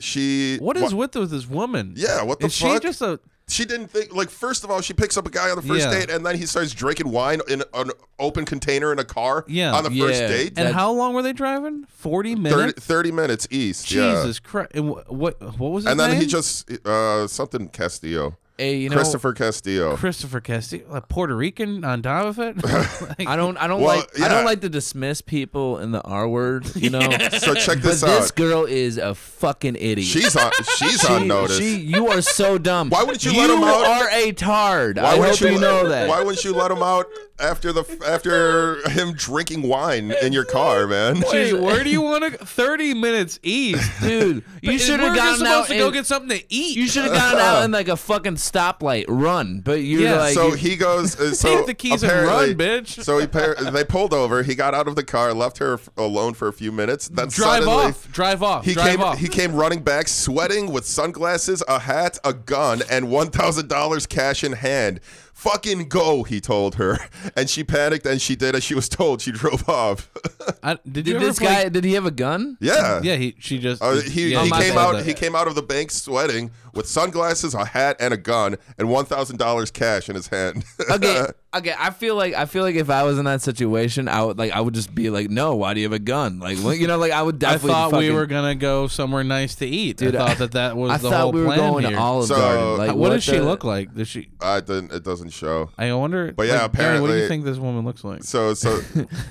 she. What is Wha- with with this woman? Yeah, what the is fuck? she just a? She didn't think like first of all she picks up a guy on the first Yeah. date and then he starts drinking wine in an open container in a car Yeah. on the first Yeah. date. And That- how long were they driving? Forty 30, minutes. 30 minutes east. yeah. Jesus Christ! And wh- what what was his And then he name? just uh something Castillo. a, you know, Christopher Castillo. Christopher Castillo, a Puerto Rican on top of it. Like, I don't, I don't Well, like, I yeah. don't like to dismiss people in the R word, you know? so check But this out. this girl is a fucking idiot. she's on she's on She- notice. she- you are so dumb. Why wouldn't you let him out? are a tard. I wouldn't hope you know let- that. Why wouldn't you let him out after the after him drinking wine in your car, man? Wait, where do you want to? Thirty minutes east, Dude, you should have got gotten out. supposed to go and- get something to eat. you should have gotten out in like a fucking stoplight run, but you're Yeah, like, so you- he goes. uh, so Take the keys and apparently- run, bitch. So he par- they pulled over. He got out of the car, left her f- alone for a few minutes. Then drive suddenly, off. Drive off. He drive came. off. He came running back, sweating, with sunglasses, a hat, a gun, and one thousand dollars cash in hand. Fucking go, he told her, and she panicked and she did as she was told. She drove off. I, did you did ever this play- guy? Did he have a gun? yeah. Yeah, he. She just. Uh, he yeah, he my came bad. out. He came out of the bank sweating, with sunglasses, a hat, and a gun, and one thousand dollars cash in his hand. Okay, okay. I feel like I feel like if I was in that situation, I would like I would just be like, no, why do you have a gun? Like, well, you know, like I would I definitely. thought we fucking- were gonna go somewhere nice to eat. Dude, I thought that that was I the thought whole we were plan going here. to Olive So, Garden. Like, Uh, what does she the- look like? Does she? I didn't, it doesn't show. I wonder. But yeah, like, Barry, what do apparently- you think this woman looks like? So so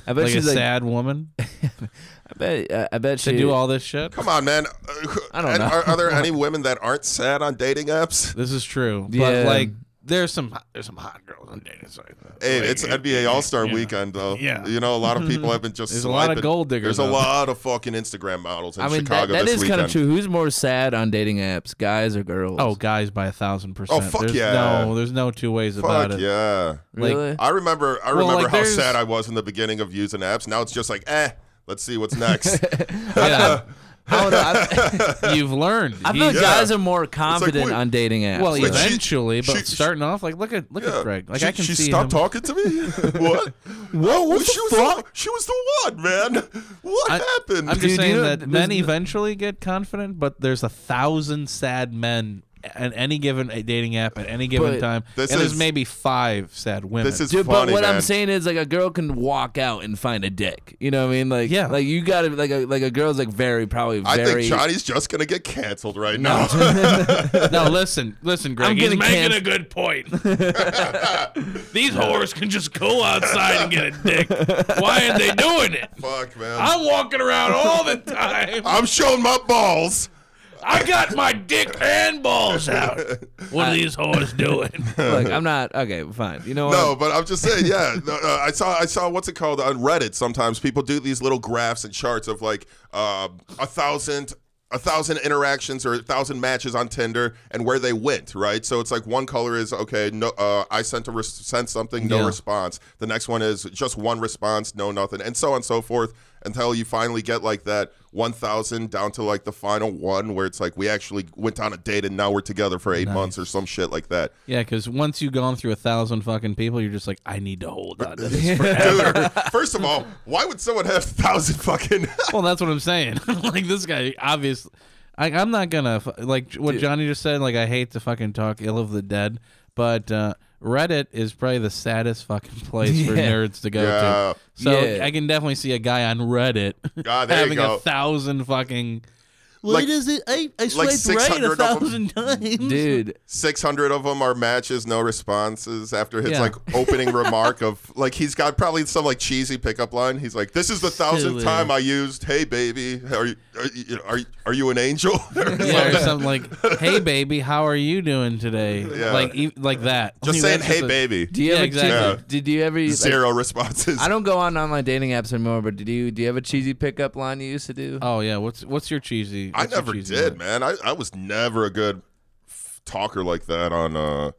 I bet Like a she's like. sad woman I bet. Uh, I bet she. to do all this shit. Come on, man. I don't And know. Are, are there any women that aren't sad on dating apps? This is true. Yeah. But like, there's some there's some hot girls on dating sites. Hey, it's NBA All Star Weekend, though. Yeah. Mm-hmm. You know, a lot of people have been just. There's a lot of swiping. gold diggers There's a out lot of fucking Instagram models in I mean, that, Chicago that this is weekend. kind of true. Who's more sad on dating apps, guys or girls? Oh, guys, by a thousand percent. fuck there's, yeah. No, there's no two ways about Fuck it. yeah! like- really? I remember. I Well, remember like, how there's- sad I was in the beginning of using apps. Now it's just like, eh. Let's see what's next. Yeah. I don't know. I, You've learned. I feel He's- like Yeah. guys are more confident wait. on dating apps. well, though. Like, she- eventually, but she- starting off, like look at look Yeah. at Greg. Like she, I can she see stopped him. talking to me. what? What? what she the was fuck? The, she was the one, man. What happened? I'm just Dude, you saying know, that there's men no- eventually get confident, but there's a thousand sad men at any given uh, dating app at any given But time, and this there's is- maybe five sad women. this is Dude, funny, but what man. I'm saying is like a girl can walk out and find a dick. You know what I mean? Like Yeah. like you got to like a like a girl's like very probably I very think Johnny's just gonna get canceled right now. no, listen, listen, Greg. I'm He's getting making canc- a good point. These whores can just go outside and get a dick. Why are they doing it? Fuck, man. I'm walking around all the time. I'm showing my balls. I got my dick and balls out. What are these whores doing? Look, I'm not okay. Fine. You know what? No, but I'm just saying. Yeah, no, uh, I saw. I saw what's it called on Reddit. Sometimes people do these little graphs and charts of like uh, a thousand. A thousand interactions or a thousand matches on Tinder and where they went, right? So it's like one color is okay. No, uh, I sent a res- sent something, no Yeah. response. The next one is just one response, no nothing, and so on and so forth. until you finally get like that 1000 down to like the final one where it's like we actually went on a date and now we're together for 8 months or some shit like that. Yeah, because once you've gone through a thousand fucking people, you're just like, I need to hold on to this. for-" Dude, first of all, why would someone have 1000 fucking well, that's what I'm saying. like this guy, obviously, I, I'm not gonna fu- like what Johnny just said. Like I hate to fucking talk ill of the dead, but uh, Reddit is probably the saddest fucking place for Yeah. nerds to go Yeah. to. So Yeah. I can definitely see a guy on Reddit Ah, there you having go. a thousand fucking. Like- What is it? I, I like swiped right 600 of a 'em. thousand times, dude. 600 of them are matches, no responses after his Yeah. like opening remark of like he's got probably some like cheesy pickup line. He's like, "This is the thousandth Silly. time I used, hey baby, are you are you, are you, are you an angel?" Or Yeah, or something. something like, "Hey baby, how are you doing today?" Yeah. Like, e- like that. Just Like, saying, that's "Hey a- baby." Do you Yeah, ever exactly. cheesy- Did you ever? like, Zero responses. I don't go on online dating apps anymore, but did you? Do you have a cheesy pickup line you used to do? Oh yeah, what's what's your cheesy? I what's your never cheesy did, one? man. I, I was never a good f- talker like that on uh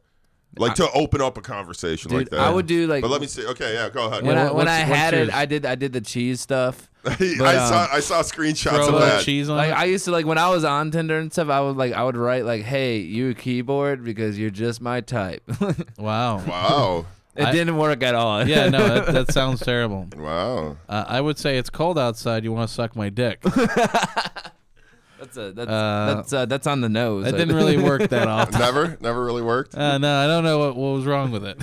like to open up a conversation Dude, like that. I would do like But let me see. Okay, yeah, go ahead. when Yeah, I what- when I what's- what's had yours? it. I did I did the cheese stuff. I but, um, saw I saw screenshots Throw of a little that. cheese on. Like it? I used to like when I was on Tinder and stuff. I would like I would write like, "Hey, you a keyboard because you're just my type." it wow. Wow. I- didn't work at all. Yeah, no, that, that sounds terrible. Wow. Uh, I would say it's cold outside. You want to suck my dick? that's a, that's Uh, that's uh, that's on the nose. That I didn't think. really work that often. Never never really worked. Uh, no, I don't know what, what was wrong with it.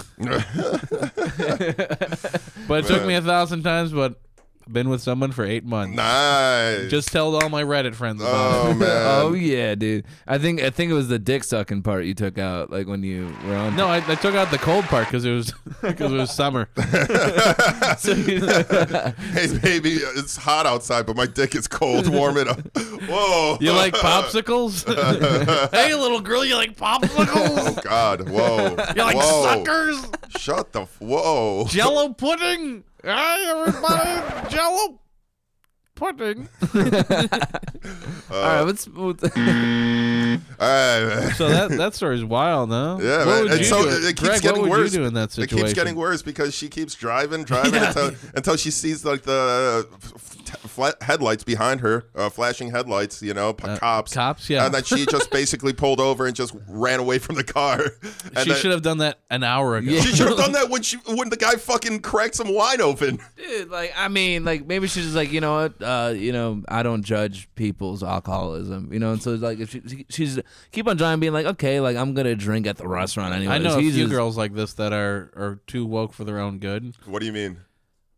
but it took me a thousand times. But been with someone for eight months. Nice. Just uh, tell all my Reddit friends about Oh man. oh yeah, dude. I think I think it was the dick sucking part you took out, like when you were on. Oh, it. No, I, I took out the cold part because it was because it was summer. Hey baby, it's hot outside, but my dick is cold. Warm it up. Whoa. You like popsicles? hey, little girl, you like popsicles? Oh God. Whoa. You like Whoa. suckers? Shut the. F- whoa. Jello pudding? Hey, everybody, Jello pudding. all right, let's. Mm. let's- All right, man. So that that story's wild, huh? Yeah, man. What would And you so do? it- it keeps Greg, getting what would worse. You do in that It situation? keeps getting worse because she keeps driving, driving until, until she sees like the uh, f- t- flat headlights behind her, uh, flashing headlights. You know, p- cops. Uh, cops, yeah. And then she just basically pulled over and just ran away from the car. And She then- should have done that an hour ago. Yeah. She should have done that when she when the guy fucking cracked some wine open. Dude, like I mean, like maybe she's just like you know what, uh, you know I don't judge people's alcoholism, you know, and so it's like if she, she- she's keep on trying being like okay, like I'm gonna drink at the restaurant anyway. I know a few girls like this that are are too woke for their own good. What do you mean?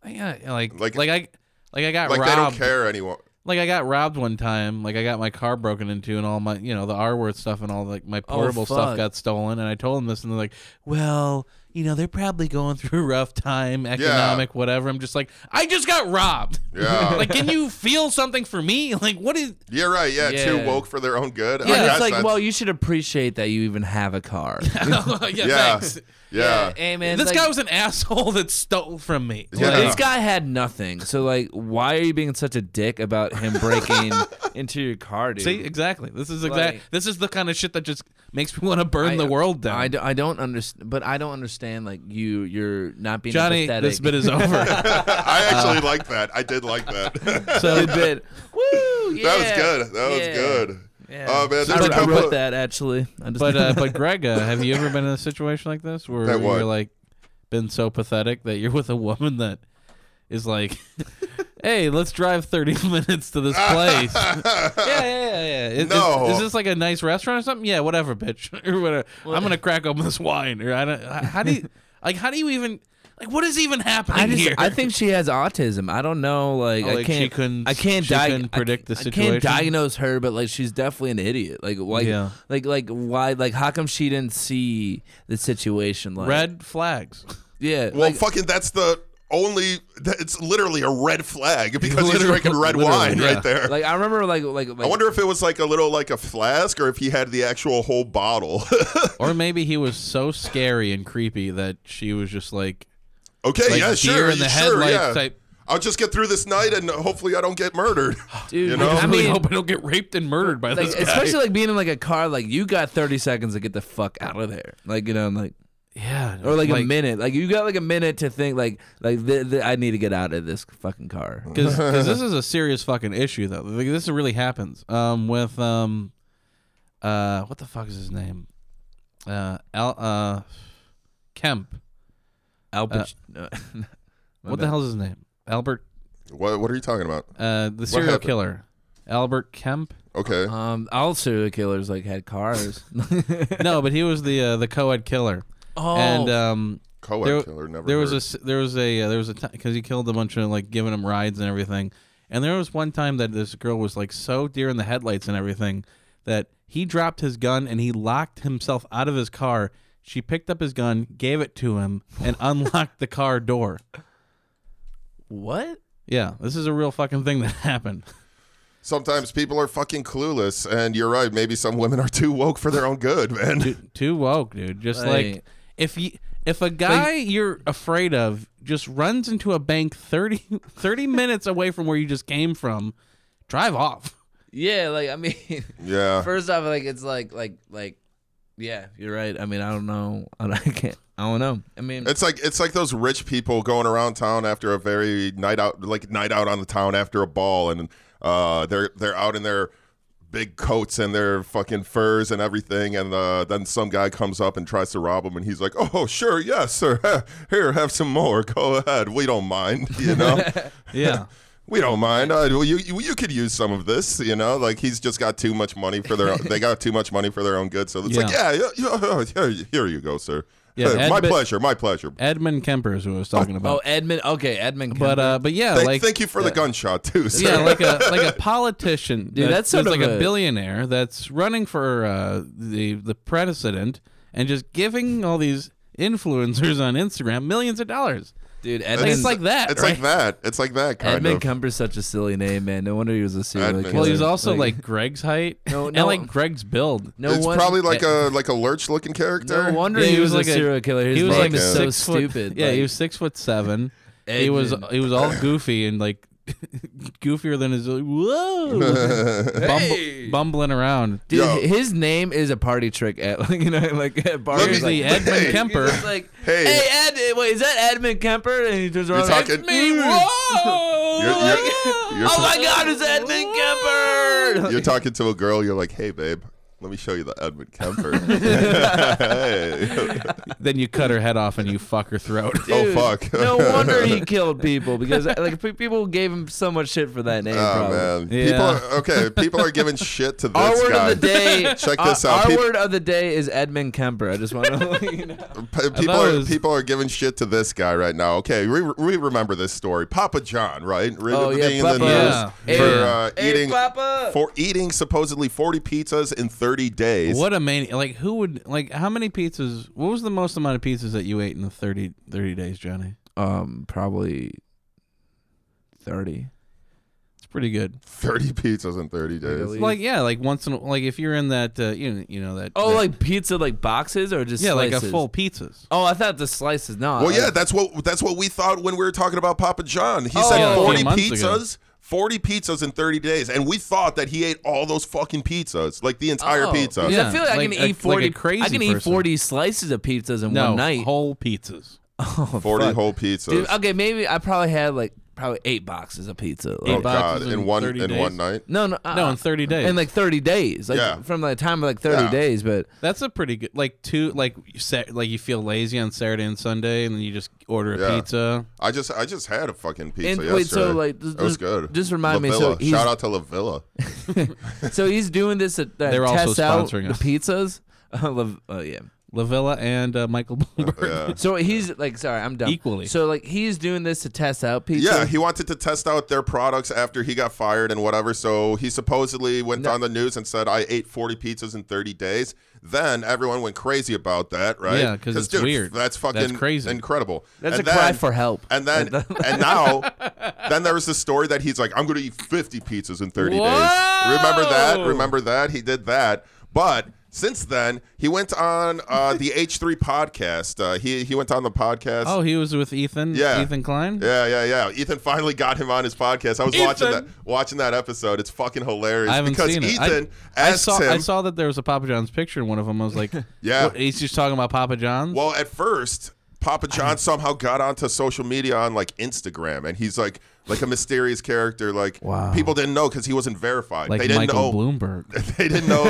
Yeah, like Like- like, I like I got Like robbed. they don't care anymore. Like I got robbed one time. Like I got my car broken into and all my you know the R word stuff and all like my Oh, portable fuck. stuff got stolen. And I told them this and they're like, well. You know they're probably going through a rough time, economic, whatever. I'm just like, I just got robbed. Yeah. like, can you feel something for me? Like, what is? You're right. Yeah, Yeah. too woke for their own good. I Yeah, guess it's like that's- well, you should appreciate that you even have a car. yeah, yeah, thanks. yeah, hey man, this like, guy was an asshole that stole from me. Yeah. This guy had nothing, so like, why are you being such a dick about him breaking into your car, dude? See, exactly. This is exact. Like- this is the kind of shit that just makes me want to burn I- the world down. I, do, not understand, but I don't understand like you. You're not being Johnny, empathetic. this bit is over. I actually like that. I did like that. that so bit. Woo! Yeah. was good. That was Yeah. good. Yeah. Oh man, I, there's a wrote- I couple. wrote Of, that actually. I just, But uh, but Greg, uh, have you ever been in a situation like this where That you're what? like been so pathetic that you're with a woman that is like, hey, let's drive 30 minutes to this place. yeah, yeah, yeah, yeah. Is, is- No. is, this like a nice restaurant or something? Yeah, whatever, bitch. or whatever. I'm gonna crack open this wine. Or I don't. h- How do you like? How do you even like? What is even happening I just, here? I think she has autism. I don't know. Like, Oh, I like, she can't. couldn't- I can't, she di- couldn't I- predict the I situation? can't diagnose her, but like, she's definitely an idiot. Like, like, Yeah. like, like, why? Like, how come she didn't see the situation? Like, red flags. Yeah. well, like, fucking, that's the only. that- It's literally a red flag because he's Literally- drinking red literally, wine yeah. right there. Like, I remember, like, like, like I wonder if it was like a little like a flask or if he had the actual whole bottle. Or maybe he was so scary and creepy that she was just like, okay, like yeah, deer sure, in the sure, headlights yeah. type. I'll just get through this night and hopefully I don't get murdered. dude. you know? I I really mean, hope I don't get raped and murdered by like, this guy. especially like being in like a car. Like, you got thirty seconds to get the fuck out of there. Like, you know, I'm like, yeah, or like, a minute. Like you got like a minute to think. Like like th- th- I need to get out of this fucking car. because this is a serious fucking issue though. Like, this really happens. Um, with um, uh, what the fuck is his name? Uh, Al uh, Kemp. Al Pac- what the bad. hell's his name? Albert, What What are you talking about? uh, the serial happened? killer, Albert Kemp. Okay. Uh, um, all serial killers like had cars. no, but he was the uh, the co-ed killer. oh, And um, Co-ed there, killer. Never. there was heard. a s- there was a uh, there was a because he killed a bunch of like giving him rides and everything. And there was one time that this girl was like so deer in the headlights and everything that he dropped his gun and he locked himself out of his car. She picked up his gun, gave it to him, and unlocked the car door. what? Yeah, this is a real fucking thing that happened. Sometimes people are fucking clueless, and you're right. Maybe some women are too woke for their own good, man. Too woke, dude. Just like, Like- if you if a guy you're afraid of just runs into a bank 30, 30 minutes away from where you just came from, drive off. Yeah, like I mean, yeah. first off, like it's like like like, yeah, you're right. I mean, I don't know. I don't- I can't. I don't know. I mean, It's like it's like those rich people going around town after a very night out, like night out on the town after a ball, and uh, they're they're out in their big coats and their fucking furs and everything, and uh, then some guy comes up and tries to rob him, and he's like, "Oh, sure, yes, sir. Here, have some more. Go ahead. We don't mind. You know, Yeah. we don't mind. Uh, you you you could use some of this. You know, like he's just got too much money for their. they got too much money for their own good. So it's like, yeah, yeah, yeah, yeah, here, here you go, sir. Yeah, Hey, my Ed- pleasure. My pleasure. Edmund Kemper is who I was talking about. oh, Edmund. Okay, Edmund. but Kemper. uh but yeah, Thank, like thank you for the gunshot too. Sir. yeah, like a like a politician. Dude, that- that's sort that's of like a- billionaire that's running for uh the the president and just giving all these influencers on Instagram millions of dollars. dude, Like, Edmund. it's like that. it's right? like that. It's like that kind Edmund of. Kemper's such a silly name, man. No wonder he was a serial Edmund. killer. Well, he's also like, Greg's height No, and no. like Greg's build. no it's one- probably like Eh, a like a lurch looking character. No wonder Yeah, he, was, a serial killer. His he was name like like is so six foot- stupid. Yeah, he like- was six foot seven. he was Edmund. he was all goofy and like goofier than his whoa Bumble, bumbling around. Dude, Yo. his name is a party trick at like you know like at bars. me- He's Seriously, like, Hey. Edmund Hey. Kemper. he's like, Hey. hey, Ed, wait, is that Edmund Kemper? And he turns You're around. talking. It's me. Whoa! You're- Like, you're- you're- oh my God, it's Edmund Kemper. You're talking to a girl. You're like, hey, babe, let me show you the Edmund Kemper. Hey. Then you cut her head off and you fuck her throat. Oh Dude, fuck. no wonder he killed people because like pe- people gave him so much shit for that name. Oh probably. man. Yeah. People are, okay. People are giving shit to this Our word guy. of the day. Check our- this out. Our Peop- word of the day is Edmund Kemper. I just want to. let you know. P- people thought it are was- people are giving shit to this guy right now. Okay, we, we remember this story. Papa John, right? Re- Oh, yeah, being in the Papa. news Yeah. for Hey, uh, hey, eating Papa. for eating supposedly 40 pizzas in 30 days. What a man! Like who would like how many pizzas? What was the most amount of pizzas that you ate in the 30, 30 days, Johnny? Um, probably thirty. It's pretty good. 30 pizzas in 30 days. Like yeah, like once in a- like if you're in that uh, you know, you know that Oh, that- like pizza, like boxes or just yeah like a slices? full pizzas. Oh, I thought the slices. No. Well, I- yeah, that's what that's what we thought when we were talking about Papa John. He Oh. Yeah, said a 40 few months ago. pizzas, 40 pizzas in 30 days, and we thought that he ate all those fucking pizzas, like the entire Oh, pizza. because Yeah, I feel like, like I can a- like eat a forty. crazy I can eat person. forty slices of pizzas in No one night. whole pizzas. Oh, 40 fuck. whole pizzas. Dude, okay, maybe I probably had like probably eight boxes of pizza. Like, oh god, Eight boxes in in one 30 in days? one night. No, no, uh, No, in thirty days. in like thirty days, like Yeah. from the time of like thirty Yeah. days. But That's a pretty good like two like you sa- like you feel lazy on Saturday and Sunday and then you just order a Yeah. pizza. I just I just had a fucking pizza And yesterday. wait, so, like, just- that was just- good. just remind me, so Villa. he's- shout out to La Villa. so he's doing this at that They're also tests out sponsoring the us. pizzas. I love- oh yeah. Lavilla and uh, Michael Bloomberg. Oh, Yeah. So he's like, sorry, I'm done. Equally. So like he's doing this to test out pizza. Yeah, he wanted to test out their products after he got fired and whatever. So he supposedly went on the news and said, "I ate 40 pizzas in 30 days." Then everyone went crazy about that, right? Yeah, 'cause it's dude, weird. That's fucking That's crazy. incredible. That's And a cry then- for help. And then and now, then there was the story that he's like, "I'm going to eat 50 pizzas in 30 days." Remember that? Whoa! Remember that? He did that, but. Since then, he went on uh, the H3 podcast. Uh, he he went on the podcast. Oh, he was with Ethan. Yeah. Ethan Klein. Yeah, yeah, yeah. Ethan finally got him on his podcast. I was watching that Ethan! watching that episode. It's fucking hilarious I haven't because seen it. I- Ethan I asks saw him. I saw that there was a Papa John's picture in one of them. I was like, Yeah. what- he's just talking about Papa John's. Well, at first, Papa John somehow got onto social media on like Instagram, and he's like like a mysterious character. Like Wow. people didn't know because he wasn't verified. like they didn't Michael know. Bloomberg, They didn't know.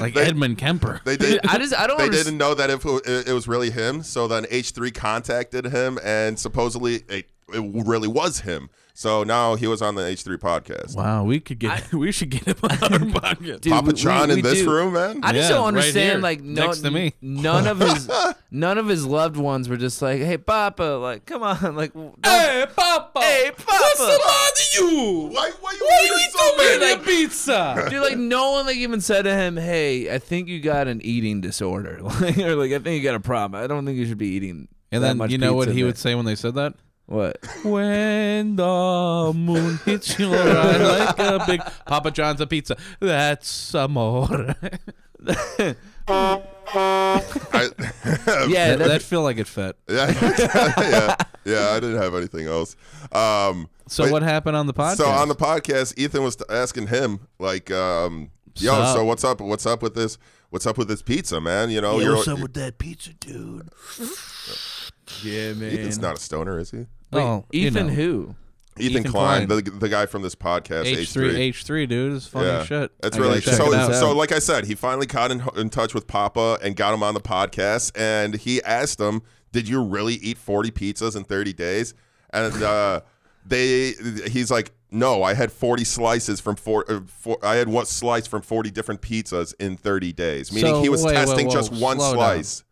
like Edmund Kemper. They did. I just I don't They understand. didn't know that if it it was really him. So then H3 contacted him, and supposedly it, it really was him. So now he was on the H3 podcast. wow, we could get we should get him on our podcast. Dude, Papa we- John we- in we this do- room, man. I just Yeah, don't right understand. here, like no, next to me. none of his none of his loved ones were just like, "Hey, Papa, like, come on, like, don't- Papa, hey, Papa." matter you? why, why you waiting so many? a pizza? Dude, like no one like even said to him, "Hey, I think you got an eating disorder," like, or like, "I think you got a problem. I don't think you should be eating." And that then much you know what pizza he there." would say when they said that? What? When the moon hits your eye like a big Papa John's a pizza, that's amore. I- Yeah, that, that, that feel like it fit. yeah, yeah, yeah. I didn't have anything else. Um, So but- what happened on the podcast? So on the podcast, Ethan was t- asking him like, um, "Yo, Sup? so what's up? What's up with this? What's up with this pizza, man? You know, you're that pizza, dude? yeah, man. Ethan's not a stoner, is he? oh, you Ethan know. who? Ethan, Ethan Klein, Klein. The, the guy from this podcast, H three H three dude is funny yeah, shit. That's I gotta really check so. it out. So, like I said, he finally got in, in touch with Papa and got him on the podcast, and he asked him, "Did you really eat forty pizzas in thirty days?" And uh, they, he's like, "No, I had forty slices from four, uh, four. I had one slice from forty different pizzas in thirty days, meaning So, he was wait, wait, testing whoa, just one slow down. slice."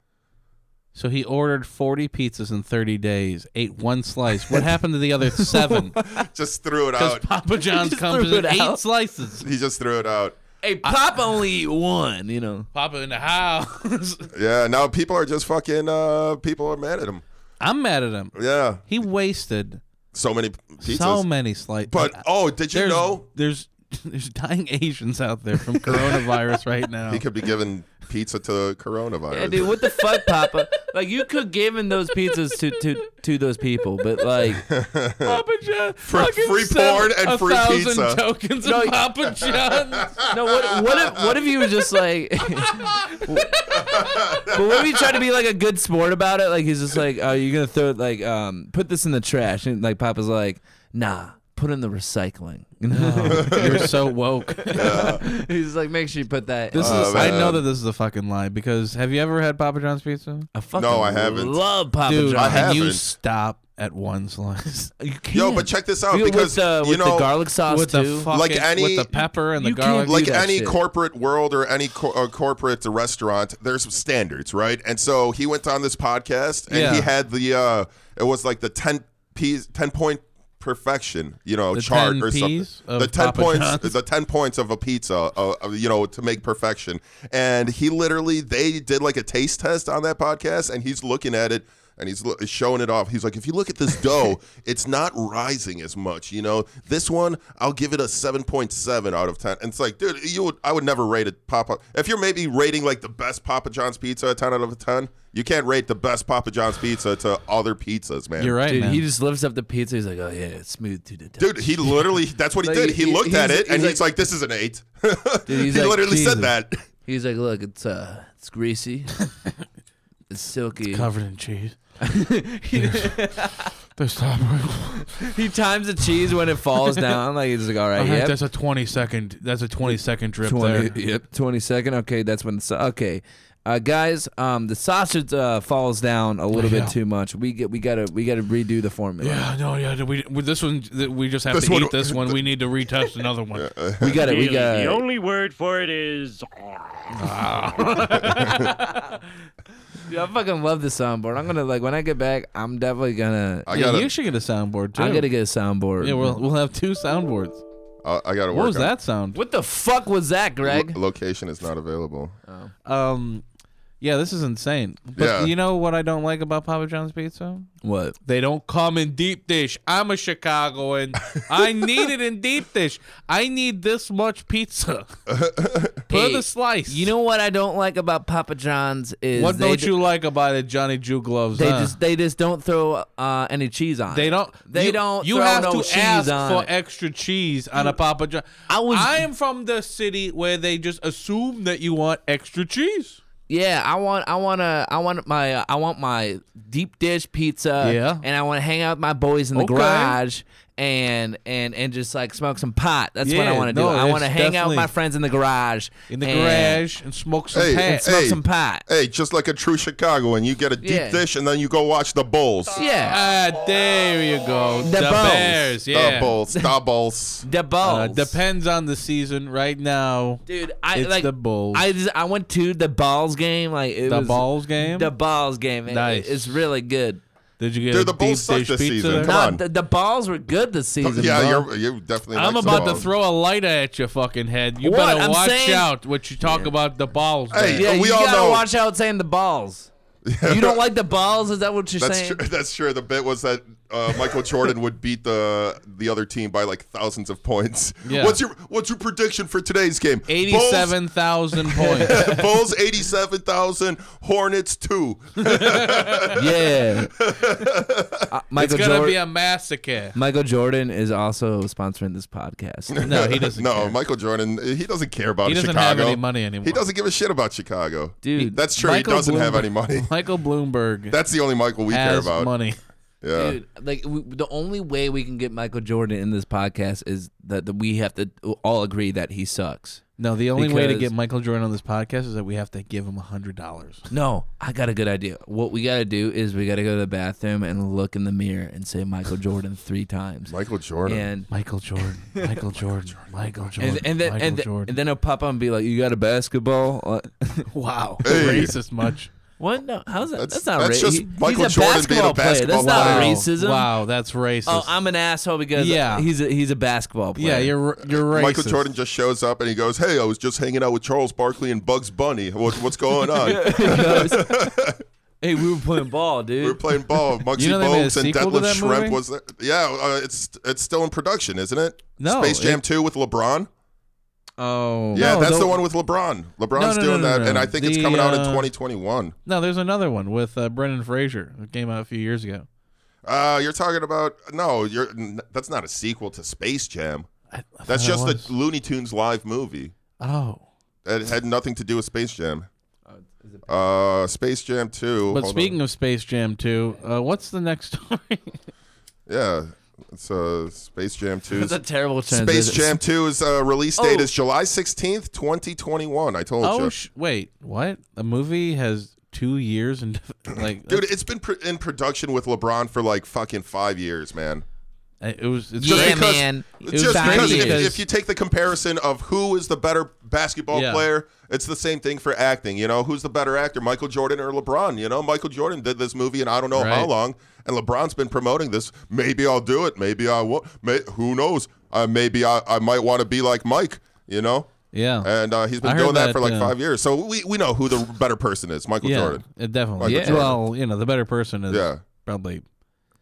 So he ordered forty pizzas in thirty days, ate one slice. What happened to the other seven? Just threw it Because out. Papa John's Just comes threw in it eight out. slices. He just threw it out. Hey, Papa only eat one. You know. Papa in the house. Yeah. Now people are just fucking. Uh, people are mad at him. I'm mad at him. Yeah. He wasted So many pizzas. so many slices. but oh, did you there's, know there's there's dying Asians out there from coronavirus right now. He could be giving pizza to coronavirus. Yeah, dude, what the fuck, Papa? Like, you could give him those pizzas to to to those people, but like, Papa John, for free porn and free pizza. tokens No, of you- Papa John's. no, what what if what if you were just like, but what if you tried to be like a good sport about it? Like, he's just like, oh, you're gonna throw it like, um, put this in the trash, and like, Papa's like, nah, put in the recycling. You know, You're so woke. he's like, make sure you put that. This Oh, is I man. know that this is a fucking lie because have you ever had Papa John's pizza? I fucking No, I haven't. Love Papa Dude, John's. can you haven't. stop at one slice? You Yo, can't. but check this out With because the, you with know, the garlic sauce with too. the fucking, Like any- with the pepper and the You can't garlic. do like that any shit. corporate world or any co- uh, corporate restaurant, there's standards, right? And so he went on this podcast and Yeah. he had the uh, it was like the ten piece, ten point perfection, you know, The chart 10 or something. Ps of The ten Papa points, John's. the ten points of a pizza, uh, uh, you know, to make perfection. And he literally they did like a taste test on that podcast, and he's looking at it. And he's lo- showing it off. He's like, if you look at this dough, it's not rising as much. You know, this one, I'll give it a seven point seven out of ten. And it's like, dude, you would, I would never rate it Papa. If you're maybe rating like the best Papa John's pizza, a ten out of ten, you can't rate the best Papa John's pizza to other pizzas, man. You're right, Dude, man. he just lifts up the pizza. He's like, oh yeah, it's smooth to the touch. Dude, he literally, that's what he Like, did. He he- looked at he's- it and he's he's like, this is an eight. he's he like, literally Jesus. said that. He's like, look, it's uh, it's greasy, it's silky. covered in cheese. there's top. he times the cheese when it falls down. Like he's like, all right, Alright, yep, That's a 20 second. That's a 20 second drip there. twenty, yep, twenty second. Okay, that's when the sa- okay, uh, guys, um, the sausage uh, falls down a little Yeah. bit too much. We get, we gotta, we gotta redo the formula. Yeah, no, yeah. We, we- this one, th- we just have This to one- eat this one. We need to retest another one. We got it. We The got. only word for it is. Dude, I fucking love the soundboard. I'm gonna like when I get back. I'm definitely gonna. I Yeah, gotta, you should get a soundboard too. I gotta get a soundboard. Yeah, we'll we'll have two soundboards. I, I gotta work What was on that sound? What the fuck was that, Lo- Greg? Oh. location is not available. Um, Yeah, this is insane. But Yeah. you know what I don't like about Papa John's pizza? What? They don't come in deep dish. I'm a Chicagoan. I need it in deep dish. I need this much pizza per Hey, the slice. You know what I don't like about Papa John's is what they don't d- you like about it, Johnny Jew Gloves? They huh? just they just don't throw uh, any cheese on. They it. don't. They you, don't. You throw have no cheese to ask on for it. extra cheese on a Papa John. I was- I am from the city where they just assume that you want extra cheese. Yeah, I want I want to I want my uh, I want my deep dish pizza. Yeah. and I want to hang out with my boys in the Okay. garage and and and just like smoke some pot. That's what I Yeah, want to do. no, I want to it's hang out with my definitely- friends in the garage. In the and- garage and smoke some Hey, and pants. smoke Hey. some pot. Hey, just like a true Chicagoan, you get a deep Yeah. dish and then you go watch the Bulls. Yeah, Ah, there you go. The Bulls. Bears. Yeah. The Bulls. The Bulls. the Uh, balls. depends on the season. Right now, Dude, I it's like the Bulls. I just, I went to the balls game. Like it the was balls game. The balls game. It- Nice. it's really good. Did you get Dude, a the deep Bulls suck dish this pizza season. there? Come Nah, on. The, the balls were good this season. Yeah, bro. you're you definitely. like um, I'm the about to Bulls. throw a light at your fucking head. You What? better I'm watch saying- out what you talk about the balls. Hey, man. Yeah, We you all gotta know- watch out saying the balls. you don't like the balls? Is that what you're That's saying? true. That's true. The bit was that uh, Michael Jordan would beat the the other team by like thousands of points. Yeah. What's your What's your prediction for today's game? Bulls- eighty-seven thousand points. Bulls eighty-seven thousand. Hornets two. Yeah. Uh, It's Michael gonna Jordan. be a massacre. Michael Jordan is also sponsoring this podcast. No, he doesn't. no, care. Michael Jordan. He doesn't care about He doesn't Chicago. have any money anymore. He doesn't give a shit about Chicago, Dude, That's true. Michael he doesn't have Bloomberg- any money. Michael Bloomberg That's the only Michael we care has about. money. Yeah. Dude, like we, the only way we can get Michael Jordan in this podcast is that that we have to all agree that he sucks. No, the only way to Because- get Michael Jordan on this podcast is that we have to give him hundred dollars. No, I got a good idea. What we got to do is we got to go to the bathroom and look in the mirror and say Michael Jordan three times. Michael Jordan. and Michael Jordan, Michael Jordan, Michael Jordan, and, and then Michael and, th- Jordan. and then he'll pop up and be like, "You got a basketball?" Uh, wow, Hey. racist much? What? No, how's that? That's- That's, not that's racist. just Michael Jordan being a basketball That's not player. racism. Wow, that's racist. Oh, I'm an asshole because Yeah. he's a, he's a basketball player. yeah, you're you're racist. Michael Jordan just shows up and he goes, "Hey, I was just hanging out with Charles Barkley and Bugs Bunny. What, what's going on? hey, we were playing ball, dude. we were playing ball. Muggsy You know they made a Bogues and sequel to Detlef that Shrimp movie? was there. Yeah, uh, it's it's still in production, isn't it? No, Space Jam Oh, it- Two with LeBron. Oh, Yeah, No, that's the, one with LeBron. LeBron's no, no, doing no, that, no. and I think it's The, coming out in uh, 2021. No, there's another one with uh, Brendan Fraser. It came out a few years ago. Uh, you're talking about no, you're n- that's not a sequel to Space Jam. That's thought it just was. the Looney Tunes live movie. Oh. That had nothing to do with Space Jam. Uh, Space Jam Two. But hold on. speaking of Space Jam 2, uh, what's the next story? yeah, it's uh, Space Jam Two. That's a terrible transition. Space Jam 2's uh, release date is July 16th, 2021. I told oh, you. sh- wait, what? A movie has two years and like, Dude, that's- it's been pr- in production with LeBron for like fucking five years, man. uh, it, was. It's Yeah, great. because- man. It was Just five because if, years. if you take the comparison of who is the better basketball Yeah. player, it's the same thing for acting. You know, who's the better actor, Michael Jordan or LeBron? You know, Michael Jordan did this movie and I don't know how Right. long, and LeBron's been promoting this. Maybe I'll do it. Maybe I won't. May- who knows? Uh, maybe I, I might want to be like Mike. You know, Yeah. and uh, he's been I heard doing that, that, for like yeah. five years. So we, we know who the better person is, Michael yeah, Jordan. It definitely. Michael Yeah. Jordan. Well, you know, the better person is Yeah. probably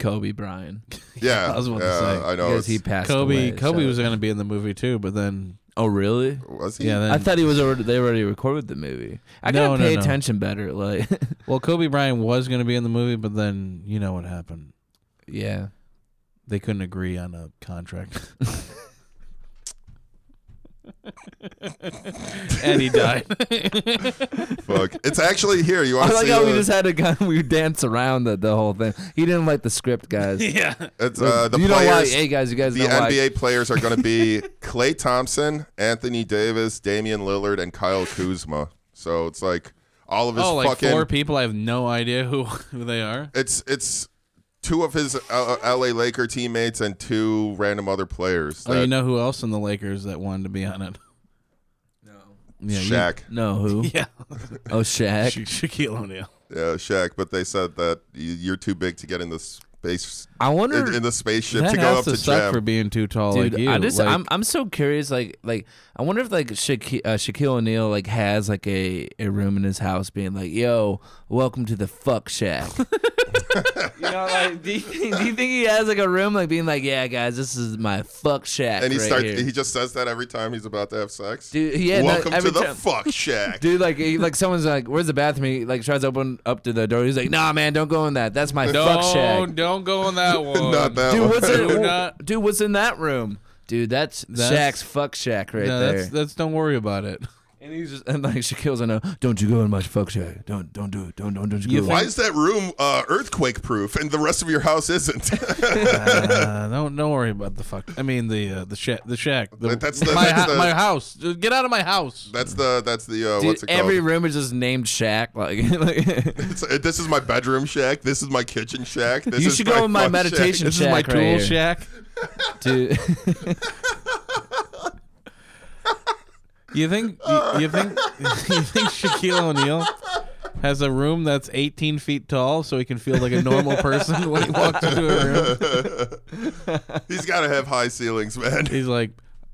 Kobe Bryant, Yeah, I was about to yeah, say, I know. because it's- he passed Kobe. away, Kobe so- was going to be in the movie too, but then Oh, really? was he? yeah, then, I thought he was already. They already recorded the movie. I No, gotta no, pay no. attention better. Like, well, Kobe Bryant was going to be in the movie, but then you know what happened. yeah. They couldn't agree on a contract. and he died. Fuck. It's actually here. You want I to like see? how we the- uh, just had to go, we dance around the, the whole thing. He didn't like the script, guys. yeah. it's, uh, the you know why? players. Hey guys, you guys the know why? NBA players are going to be Clay Thompson, Anthony Davis, Damian Lillard, and Kyle Kuzma. So it's like all of his Oh, like fucking. Uh, four people. I have no idea who who they are. it's it's two of his uh, LA Laker teammates and two random other players. Oh, that- you know who else in the Lakers that wanted to be on it? No. Yeah. you- Shaq. No, who? yeah. Oh, Shaq. Sha- Shaquille O'Neal. Yeah, Shaq. But they said that y- you're too big to get in the Space space I wonder in, in the spaceship That to go has up to, to suck Jem. for being too tall Dude, like you. I just Like, I'm I'm so curious. Like like I wonder if like Shaqu- uh, Shaquille O'Neal like has like a, a room in his house being like, "Yo, welcome to the fuck shack." you know, like do you, think, do you think he has like a room like being like, "Yeah, guys, this is my fuck shack." and he right starts. here." He just says that every time he's about to have sex. Dude, yeah, no, Welcome every to the time- fuck shack. Dude, like, he, like someone's like, "Where's the bathroom?" He like tries to open up to the door. He's like, "Nah, man, don't go in that. That's my fuck shack." don't don't go on that one. Not that Dude, one. what's Do in, not- dude, what's in that room? Dude, that's, That's- Shaq's fuck shack right No, there. that's that's don't worry about it. And he's just and like Shaquille's in a don't you go in my fuck shack. Don't don't do it. Don't don't don't you, You go. Why is that room uh, earthquake proof and the rest of your house isn't? Uh, don't don't worry about the fuck. I mean the uh, the shack the shack. The, That- that's the- my, that's hou- the- my house. Just Get out of my house. that's the that's the uh, Dude, what's it called? every room is just named Shaq. Like, like It's- uh, this is my bedroom shack. This is my kitchen shack. This You is should go in my fuck meditation shack. This is my Shack tool right here. shack. dude, You think you, you think you think Shaquille O'Neal has a room that's 18 feet tall, so he can feel like a normal person when he walks into a room? He's got to have high ceilings, man. He's like,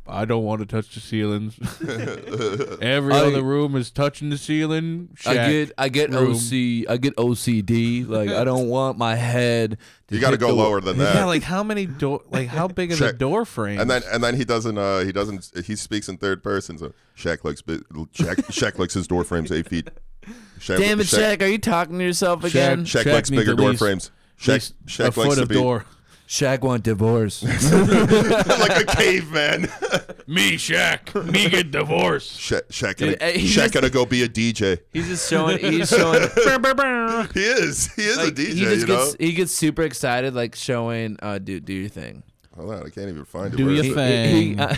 I don't want to touch the ceilings. Every I- other room is touching the ceiling. I Shack. get I get room. OC I get OCD. Like I don't want my head. To You got to hit go the- lower than that. Yeah, like how many door? Like how big is a Check. door frame? and then and then he doesn't uh he doesn't he speaks in third person so Shaq likes bi- Shaq, Shaq likes his door frames eight feet. Shaq, Damn it, Shaq! Are you talking to yourself again? Shaq, Shaq likes needs bigger at door least- frames. At Shaq least a Shaq likes foot to of be door. Shaq want divorce. like a caveman. Me, Shaq. Me get divorced. Shaq Shaq gonna, Dude, eh, he Shaq just- gonna go be a DJ. he's just showing. He's showing. He is he is a like, DJ. he just you know. gets he gets super excited, like showing. Uh, dude, do your thing. Hold on, I can't even find it. Do Where your is it? thing. He- uh,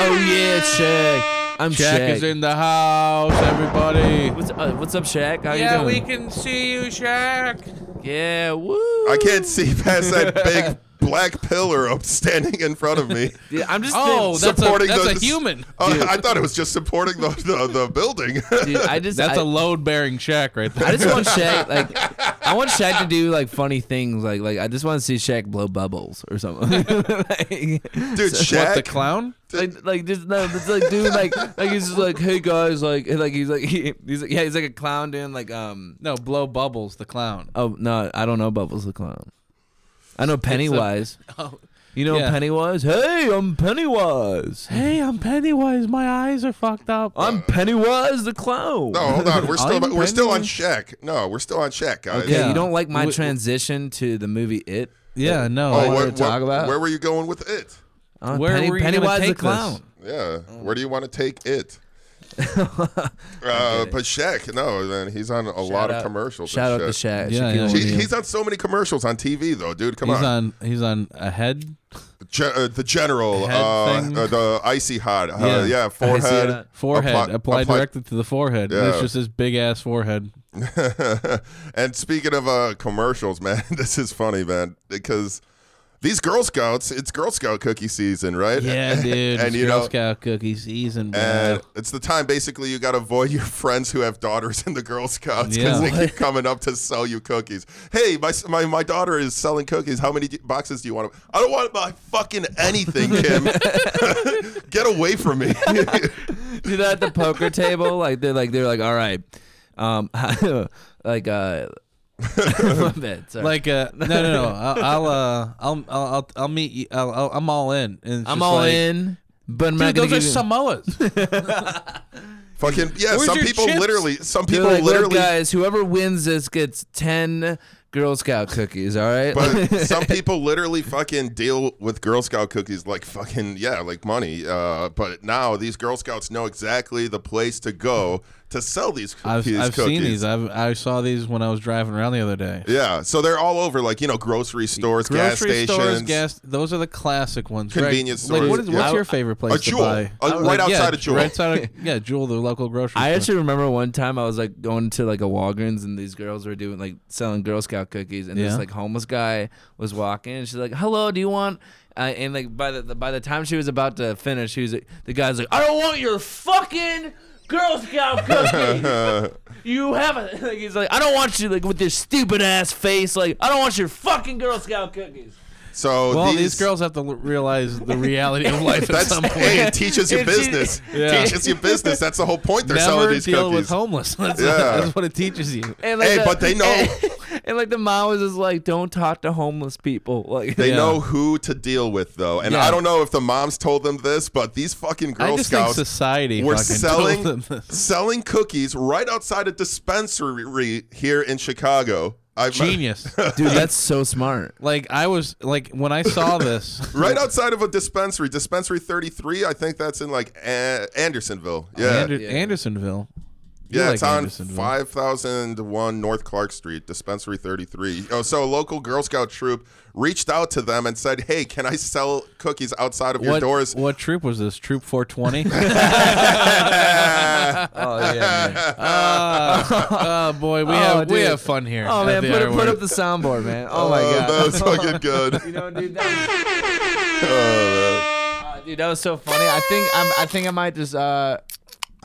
oh yeah, Shaq. I'm Shaq. Shaq is in the house, everybody. What's, uh, what's up, Shaq? How you doing? can see you, Shaq. Yeah, woo. I can't see past that big black pillar up standing in front of me. Dude, I'm just. Oh, that's a supporting that's a those- human. Oh, I thought it was just supporting the the, the building. dude, I just. That's I, a load bearing Shaq right there. I just want Shaq like. I want Shaq to do like funny things, like like I just want to see Shaq blow bubbles or something. like, Dude, what the Shaq. clown? like, like just no, just like dude, like like he's just like, hey guys, like like he's like he, he's like yeah, he's like a clown doing like um No, blow bubbles. The clown. oh no, I don't know Bubbles the clown. I know Pennywise. Oh. You know Yeah. Pennywise? Hey, I'm Pennywise. Hey, I'm Pennywise. My eyes are fucked up. Uh, I'm Pennywise the clown. No, hold on. We're still I'm we're still on Penguin. Shaq. No, we're still on Shaq, guys. Yeah, Yeah. you don't like my Wh- wh- transition to the movie It? yeah, no. Oh, I- what- to talk about? Where were you going with it? Uh, Where were you gonna Pennywise the take clown. Yeah. Oh. Where do you want to take it? uh, but Shaq, no, man, he's on a lot out- of commercials. Shout out and to shit. Shaq. Yeah, Shaquille yeah. He- O'Neal. he's on so many commercials on TV, though, dude. Come he's on, on. He's on a head Ge- uh, the general, uh, Head thing. uh, the icy hot, uh, Yeah. yeah. forehead, hot. forehead. Apply- Apply, apply- directly to the forehead. Yeah. It's just his big ass forehead. and speaking of uh, commercials, man, this is funny, man, because these Girl Scouts, it's Girl Scout cookie season, right? Yeah, dude. and it's you Girl know, Scout cookie season, bro. and it's the time basically you got to avoid your friends who have daughters in the Girl Scouts Yeah. because they keep coming up to sell you cookies. Hey, my my, my daughter is selling cookies. How many d- boxes do you want? I don't want to buy fucking anything, Kim. Get away from me. do that at the poker table. Like they're like they're like, all right, um, like uh, my bad, sorry. like uh no no no I'll I'll uh, I'll, I'll I'll I'll meet you I'll, I'll, I'm all in and it's I'm just all like, in, but I'm not Dude, those gonna are give you- Samoas. fucking yeah. Where's some your people chips? literally. Some They're people like, "Look, literally. guys, whoever wins this gets ten Girl Scout cookies. All right, But some people literally fucking deal with Girl Scout cookies like fucking yeah, like money. Uh, but now these Girl Scouts know exactly the place to go to sell these I've, cookies. I've cookies. seen these. I've I saw these when I was driving around the other day. Yeah, so they're all over, like you know, grocery stores, gas Grocery stations, stores, gas. Those are the classic ones. Convenience right? Like, what is, stores, What's yeah. your favorite place a to Jewel, buy? uh, right Like, yeah, outside of Jewel. Right outside of yeah, Jewel, the local grocery. I store. actually remember one time I was like going to like a Walgreens and these girls were doing like selling Girl Scout cookies and this Yeah. like homeless guy was walking and she's like, "Hello, do you want?" Uh, and like by the, the by the time she was about to finish, she was like, the guy's like, "I don't want your fucking Girl Scout cookie. Uh-huh. you have a like he's like, I don't want you like with your stupid ass face, like I don't want your fucking Girl Scout cookies. So Well, these, these, girls have to l- realize the reality of life at That's some point. hey, it teaches you It teaches- business. Yeah. Teaches you business. That's the whole point. They're selling Never these deal with cookies. homeless. That's, Yeah. that's what it teaches you. And Hey, but they know- And, like the mom was just like, Don't talk to homeless people. Like They Yeah. know who to deal with though, and Yeah. I don't know if the moms told them this, but these fucking Girl I just Scouts think society were fucking selling told them this. selling cookies right outside a dispensary here in Chicago. I genius. Dude, that's so smart. like I was like when I saw this. Right outside of a dispensary, dispensary 33. I think that's in like a- Andersonville. Yeah, Ander- Andersonville. You yeah, like it's on Andersonville. 5001 North Clark Street, dispensary 33. Oh, so a local Girl Scout troop reached out to them and said, "Hey, can I sell cookies outside of your What, doors?" Oh, what troop was this? Troop 420? Oh yeah. man. oh boy, we have we dude. have fun here. Oh man, at the put, R up- put word. up the soundboard, man. Oh my Oh, god. that was fucking good. Oh, You know, dude, that was, Uh, dude, that was so funny. I think I'm, I think I might just uh,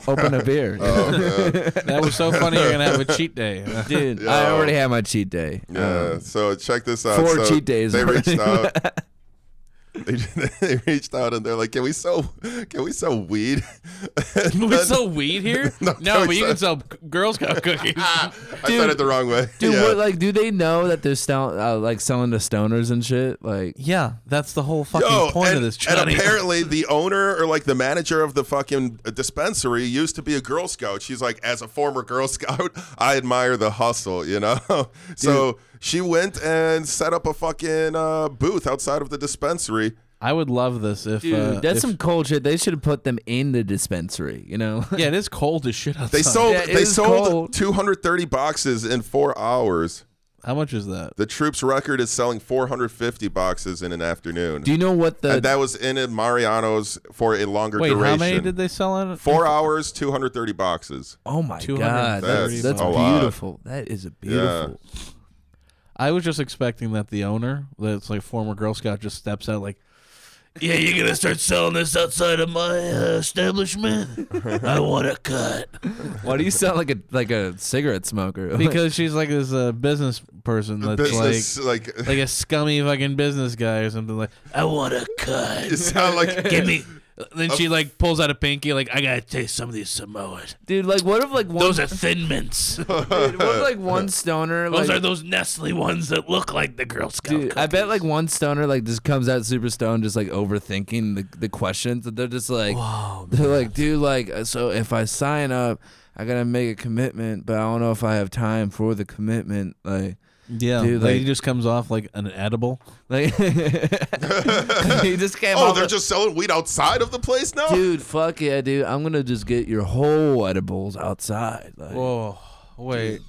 open a beer, That was so funny. You're gonna have a cheat day. dude. I already had my cheat day. Yeah. so check this out. Four So cheat days They reached out. already. They, they reached out and they're like, "Can we sell? Can we sell weed?" Can we Then- sell weed here? No, no, but you it's can sell Girl Scout cookies. I said it the wrong way. Dude, yeah. what, like, do they know that they're sell- uh, like selling to stoners and shit? Like, yeah, that's the whole fucking Yo, point and, of this. and Johnny. apparently the owner or like the manager of the fucking uh, dispensary used to be a Girl Scout. She's like, as a former Girl Scout, I admire the hustle, you know. so she went and set up a fucking uh, booth outside of the dispensary. I would love this if dude, uh, that's if- some cold shit. They should have put them in the dispensary. You know? Yeah, it is cold as shit outside. They sold Yeah, it they is sold cold. 230 boxes in four hours. How much is that? The troops record is selling 450 boxes in an afternoon. do you know what the? and that was in at Mariano's for a longer Wait, duration. how many did they sell in? Four hours, 230 boxes. oh my 230 god, that's, that's That's a lot. beautiful. That is a beautiful. I was just expecting that the owner, that's like former Girl Scout, just steps out like, "Yeah, you're gonna start selling this outside of my uh, establishment. I want a cut." Why do you sound like a like a cigarette smoker? Because she's like this uh, business person that's Business, like like, like a scummy fucking business guy or something like. I want a cut. it sound like Give me. Then she like pulls out a pinky like I gotta taste some of these Samoas. dude, like, what if like one, Those are thin mints. dude, what if, like one stoner? Those like, are those Nestle ones that look like the Girl Scout. Dude, I bet like one stoner like just comes out super stoned, just like overthinking the, the questions. That they're just like, they're like, dude, like, uh, so if I sign up, I gotta make a commitment, but I don't know if I have time for the commitment. Like, yeah, dude, like, like- he just comes off like an edible. like he just came. oh, off they're with- just selling weed outside of the place now? dude. Fuck yeah, dude. I'm gonna just get your whole edibles outside. Like, Whoa, wait.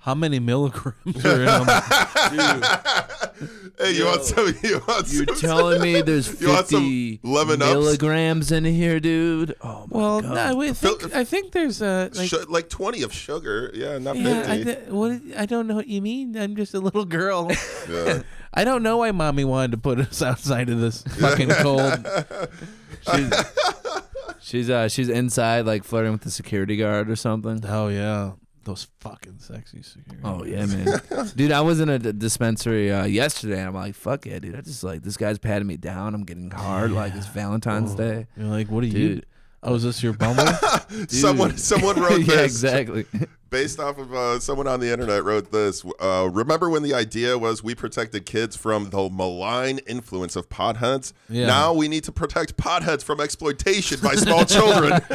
How many milligrams are in them? hey, you want some? You want you're some? telling me there's You want some 50 lemon ups? milligrams in here, dude? Oh my well, god. no, I think I think there's uh, like Shu- like 20 of sugar. Yeah, not 50. yeah, I, th- what, I don't know what you mean. I'm just a little girl. Yeah. I don't know why mommy wanted to put us outside of this fucking cold. she's she's uh she's inside like flirting with the security guard or something. Oh yeah, those fucking sexy security. Oh yeah, man, dude. I was in a d- dispensary uh, yesterday, and I'm like, fuck yeah, dude. I just like this guy's patting me down. I'm getting hard. Like it's Oh. Valentine's Day. You're like, what are you? Dude. Oh, is this your bumble? someone, someone wrote yeah, this. exactly. based off of uh, someone on the internet wrote this. Uh, remember when the idea was we protected kids from the malign influence of potheads? Yeah. Now we need to protect potheads from exploitation by small children.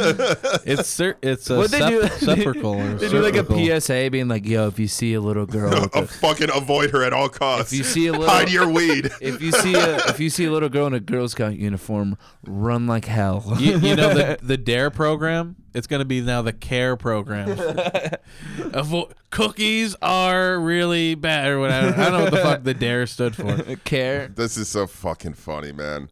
it's cer- it's a What'd they do? sep- sepulchral. or They do like cervical. a PSA, being like, yo, if you see a little girl, with Uh, a, fucking avoid her at all costs. If you see a little- hide your weed. if you see a if you see a little girl in a Girl Scout uniform, run like hell. You, you know the the Dare program. It's gonna be now the Care program. Avo- cookies are really bad or whatever. I don't know what the fuck the Dare stood for. care. This is so fucking funny, man.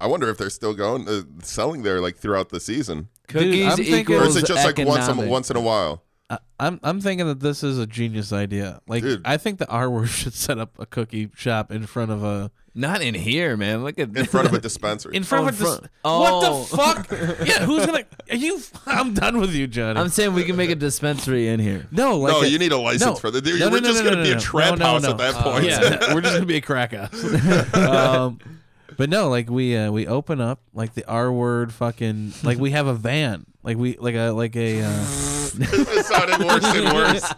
I wonder if they're still going uh, selling there like throughout the season, Cookies I'm thinking- or Well, is equals it just like once a, economic. once in a while? I, I'm I'm thinking that this is a genius idea. Like Dude. I think the R word should set up a cookie shop in front of a Not in here, man. Look at in front of a dispensary. in front Oh, of a in front- dis- Oh. what the fuck? yeah, who's gonna? Are you? I'm done with you, Johnny. I'm saying we can make a dispensary in here. no, like no, a- you need a license no. for that. We're No, no, no, just no, gonna no, be a no. trap No, no, house no. at that Uh, point. yeah, we're just gonna be a crack house. um, but no, like we uh, we open up like the R word fucking like we have a van like we like a like a uh, it sounded worse and worse.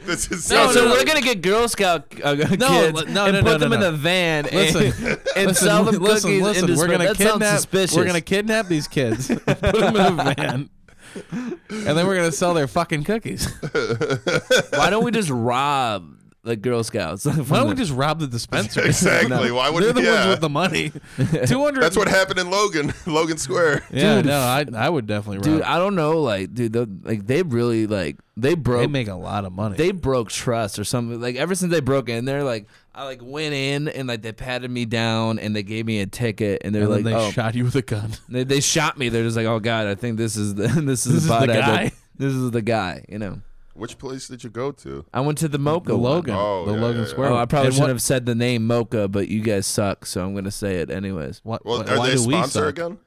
this is No, so- so we're gonna get Girl Scout uh, kids no, no, and no, put no, them in no. a van Listen, and, and sell them cookies. and we're dispen- gonna that sounds kidnap. suspicious. We're gonna kidnap these kids, put them in a van, and then we're gonna sell their fucking cookies. Why don't we just rob the Girl Scouts? Why don't we just rob the dispensary? exactly. Why would They're the yeah. ones with the money. Two hundred. That's what happened in Logan, Logan Square. Yeah, Dude, no, I I would definitely dude? rob. I don't know, like, dude, the, like they really like they broke they make a lot of money. they broke trust or something. Like ever since they broke in there, like I like went in and like they patted me down and they gave me a ticket and they're and like, then they oh, shot you with a gun. they, they shot me. They're just like, oh god, I think this is the this is This is the about it. guy? This is the guy. You know, Which place did you go to? I went to the Mocha The one. Logan, Oh, the yeah, Logan yeah, yeah. Square. Oh, I one. probably And shouldn't what- have said the name Mocha, but you guys suck, so I'm gonna say it anyways. What, Well, what- are why they do we sponsor suck? again?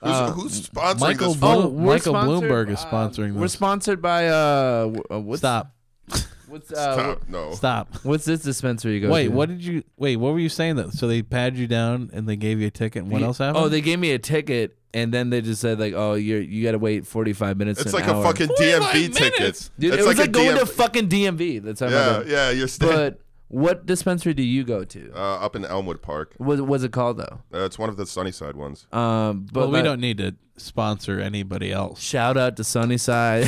Who's, Uh, who's sponsoring Michael this? Blo- fuck- Oh, we're Michael sponsored- uh, Bloomberg is sponsoring We're this. sponsored by uh, w- uh, what's Stop, What's uh, Stop, no. stop. wh- what's this dispensary you go Wait, to? what did you? Wait, what were you saying? That so they patted you down and they gave you a ticket. and What else happened? Oh, they gave me a ticket, and then they just said like, "Oh, you you got to wait 45 minutes." to It's an like a hour. fucking DMV ticket. Dude, it's it was like, a going DMV to fucking DMV. That's how I Yeah, remember. yeah, you're staying But what dispensary do you go to? uh, up in Elmwood Park. What was it called though? Uh, it's one of the Sunnyside ones. Ah, Um, but well, we like, don't need to sponsor anybody else. Shout out to Sunnyside.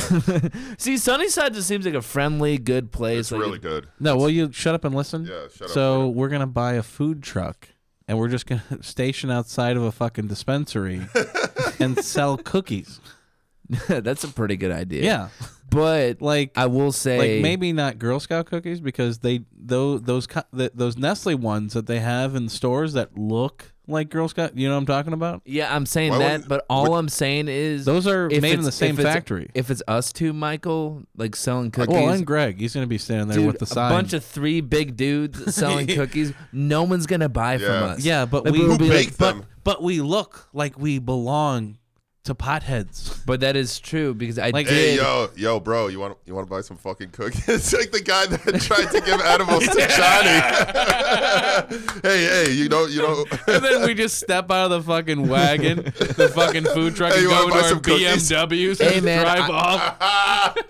See, Sunnyside just seems like a friendly, good place. It's like, really good. No, will you shut up and listen? Yeah, shut up, So we're gonna buy a food truck, and we're just gonna station outside of a fucking dispensary and sell cookies. that's a pretty good idea. Yeah, but like, like I will say, like maybe not Girl Scout cookies because they those those co- th those Nestle ones that they have in stores that look like Girl Scout. You know what I'm talking about? Yeah, I'm saying Why that, would- but all I'm saying is Those are if made in it's- the same if it's- factory. If it's us two, Michael, like selling cookies. well, and Greg, he's gonna be standing there dude, with the sign. a bunch of three big dudes selling cookies. No one's gonna buy from Yeah. us. yeah, but Like, we we would be like, Bake them. but we look like we belong to potheads. but that is true because I Like- Hey did. yo, yo, bro, you want you want to buy some fucking cookies? It's like the guy that tried to give animals to Johnny. hey, hey, you know, you know, and then we just step out of the fucking wagon, the fucking food truck, Hey, and you go wanna into buy our some cookies? BMWs Hey, and man, drive I- off.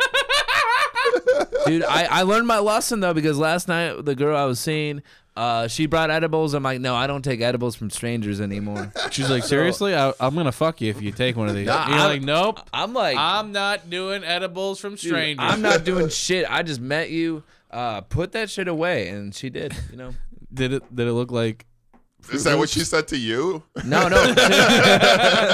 dude, I, I learned my lesson though because last night the girl I was seeing, uh, she brought edibles. I'm like, no, I don't take edibles from strangers anymore. She's like, seriously, I, I'm gonna fuck you if you take one of these. Nah, You're I- like, nope. I'm like, I'm not doing edibles from dude, strangers. I'm not doing shit. I just met you. Uh, put that shit away, and she did. You know. Did it? Did it look like? is that what she said to you? No, no.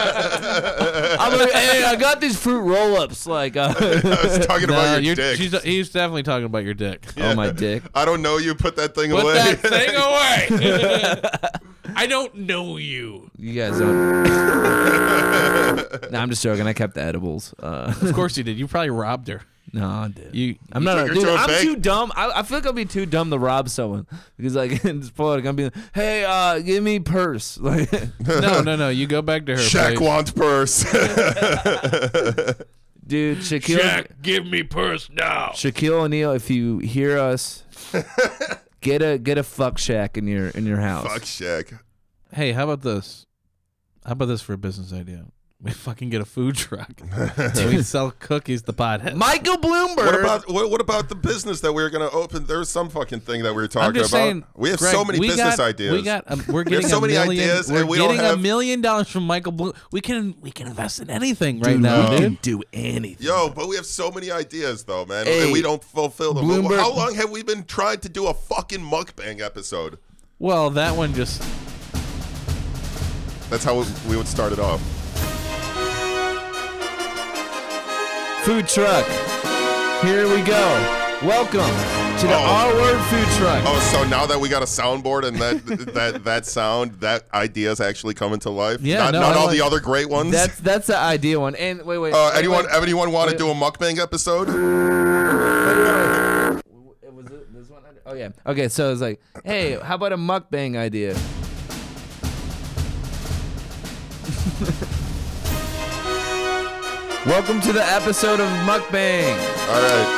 I'm like, hey, I got these fruit roll-ups. Like, uh, I was talking Nah, about your you're- dick. she's- he's definitely talking about your dick. oh my dick. I don't know you. Put that thing away. away. I don't know you. You guys don't. no, I'm just joking. I kept the edibles. Uh, Of course you did. You probably robbed her. no, I did. You. I'm took not. A, her dude, to a I'm bank? too dumb. I, I feel like I'll be too dumb to rob someone because like in this point, I'm gonna be like, hey, uh, give me purse. Like, No, no, no. You go back to her. Oh. Shaq place. wants purse. dude, Shaquille, give me purse now. Shaquille O'Neal. If you hear us, get a get a fuck shack in your in your house. Fuck Shaq. Hey, how about this? How about this for a business idea? We fucking get a food truck. and we sell cookies to potheads. Michael Bloomberg. What about what, what about the business that we were gonna open? There was some fucking thing that we were talking I'm just about. saying, we have Greg, so many we business got- ideas. We got, um, we're We have getting so a many million, ideas, we're and we don't getting a have- million dollars from Michael Bloom. We can we can invest in anything right now, we dude. do anything. Yo, but we have so many ideas though, man, Hey, and we don't fulfill them. Bloomberg- How long have we been trying to do a fucking mukbang episode? Well, that one just That's how we would start it off. food truck. Here we go. Welcome to the R word food truck. Oh, so now that we got a soundboard and that that that sound, that idea is actually coming to life. Yeah, not, no, not I all like- the other great ones. That's that's the idea one. And wait, wait. uh, wait, anyone, wait. anyone want to do a mukbang episode? Was it this one? Oh yeah. Okay, so it's like, hey, how about a mukbang idea? Welcome to the episode of mukbang. All right.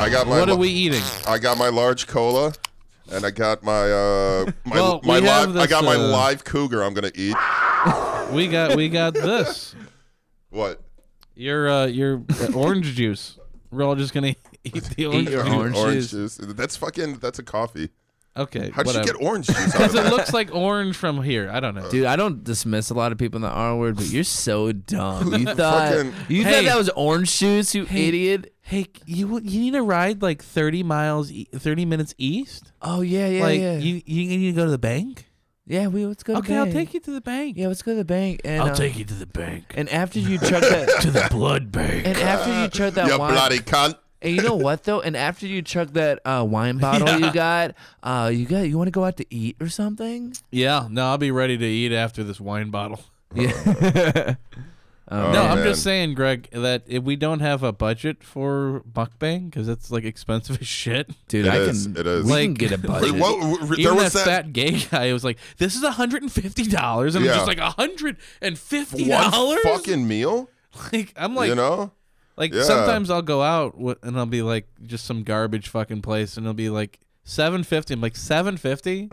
I got my. Uh, What are mu- we eating? I got my large cola, and I got my uh my Well, my we have live. I got my this, uh, live cougar. I'm gonna eat. We got we got this. What? Your uh your uh, orange juice. We're all just gonna eat the orange your juice. orange juice. juice. That's fucking. That's a coffee. Okay. How did you whatever. get orange juice? Out of Because that? it looks like orange from here. I don't know. Dude, I don't dismiss a lot of people in the R word, but you're so dumb. You thought Fucking- you Hey. thought that was orange juice, you idiot. Hey, you you need to ride like thirty miles, e- thirty minutes east. Oh yeah, yeah, like yeah. you you need to go to the bank. yeah, we let's go. To Okay, the I'll bank. take you to the bank. Yeah, let's go to the bank. And, uh, you to the bank. And after you chug that, To the blood bank. and after you chug that you wine, bloody cunt. and you know what though, and after you chug that uh, wine bottle you got, uh, you got you want to go out to eat or something? Yeah, no, I'll be ready to eat after this wine bottle. Yeah. Oh, no, I'm man. just saying, Greg, that if we don't have a budget for mukbang because it's like expensive as shit. Dude, It I is, can. it is. We can Like- get a Wait, budget. what? w- Even There that, was that. fat gay guy was like, "This is 150 dollars," and Yeah. I'm just like, "150 one dollars?" fucking meal, Like, I'm like, you know? Like Yeah. sometimes I'll go out wi- and I'll be like just some garbage fucking place, and it'll be like seven fifty. I'm like seven fifty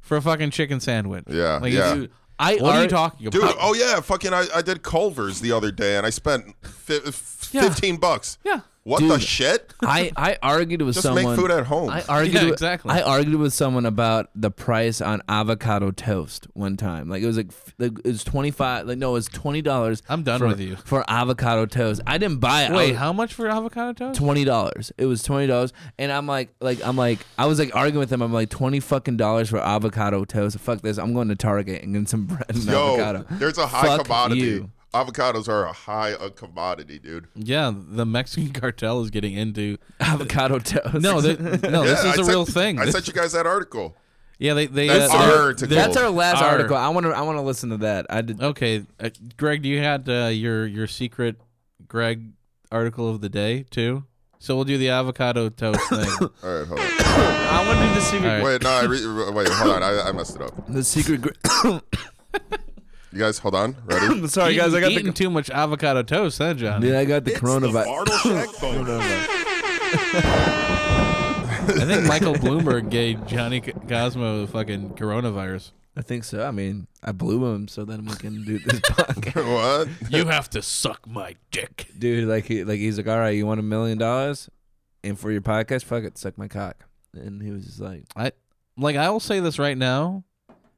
for a fucking chicken sandwich. Yeah, Like, yeah. dude, I what are you already- talking Dude, about? oh yeah, fucking I, I did Culver's the other day and I spent fi- f- Yeah. 15 bucks. yeah. What the Dude. shit? I I argued with Just someone. make food at home. I argued Yeah, with, exactly. I argued with someone about the price on avocado toast one time. Like it was like, f- like it was twenty five. Like no, it was twenty dollars. I'm done for, with you. for avocado toast. I didn't buy it. I Wait, was- how much for avocado toast? twenty dollars. It was twenty dollars, and I'm like, like I'm like, I was like arguing with him. I'm like, twenty fucking dollars for avocado toast. Fuck this. I'm going to Target and getting some bread and Yo, avocado. there's a high Fuck commodity. you. Avocados are a high uh, commodity, dude. yeah, the Mexican cartel is getting into. Avocado toast. No, they- no, Oh, this Yeah, is a I real sent- thing. I This- sent you guys that article. yeah, they they. That's uh, our article. that's our last Our- article. I want to, I want to listen to that. I did. okay, uh, Greg, do you had uh, your your secret Greg article of the day too? So we'll do the avocado toast thing. All right, hold on. I want to do the secret. All right. Wait, no, I re- wait, hold on. I, I messed it up. The secret. gr- You guys, hold on. Ready? Sorry, guys. I got eating the. too much avocado toast, huh, John? Dude, I got the coronavirus. I think Michael Bloomberg gave Johnny C- Cosmo the fucking coronavirus. I think so. I mean, I blew him, so then we can do this podcast. what? You have to suck my dick. Dude, like, he, like he's like, all right, you want a million dollars, and for your podcast, fuck it, suck my cock. And he was just like, I like. I will say this right now,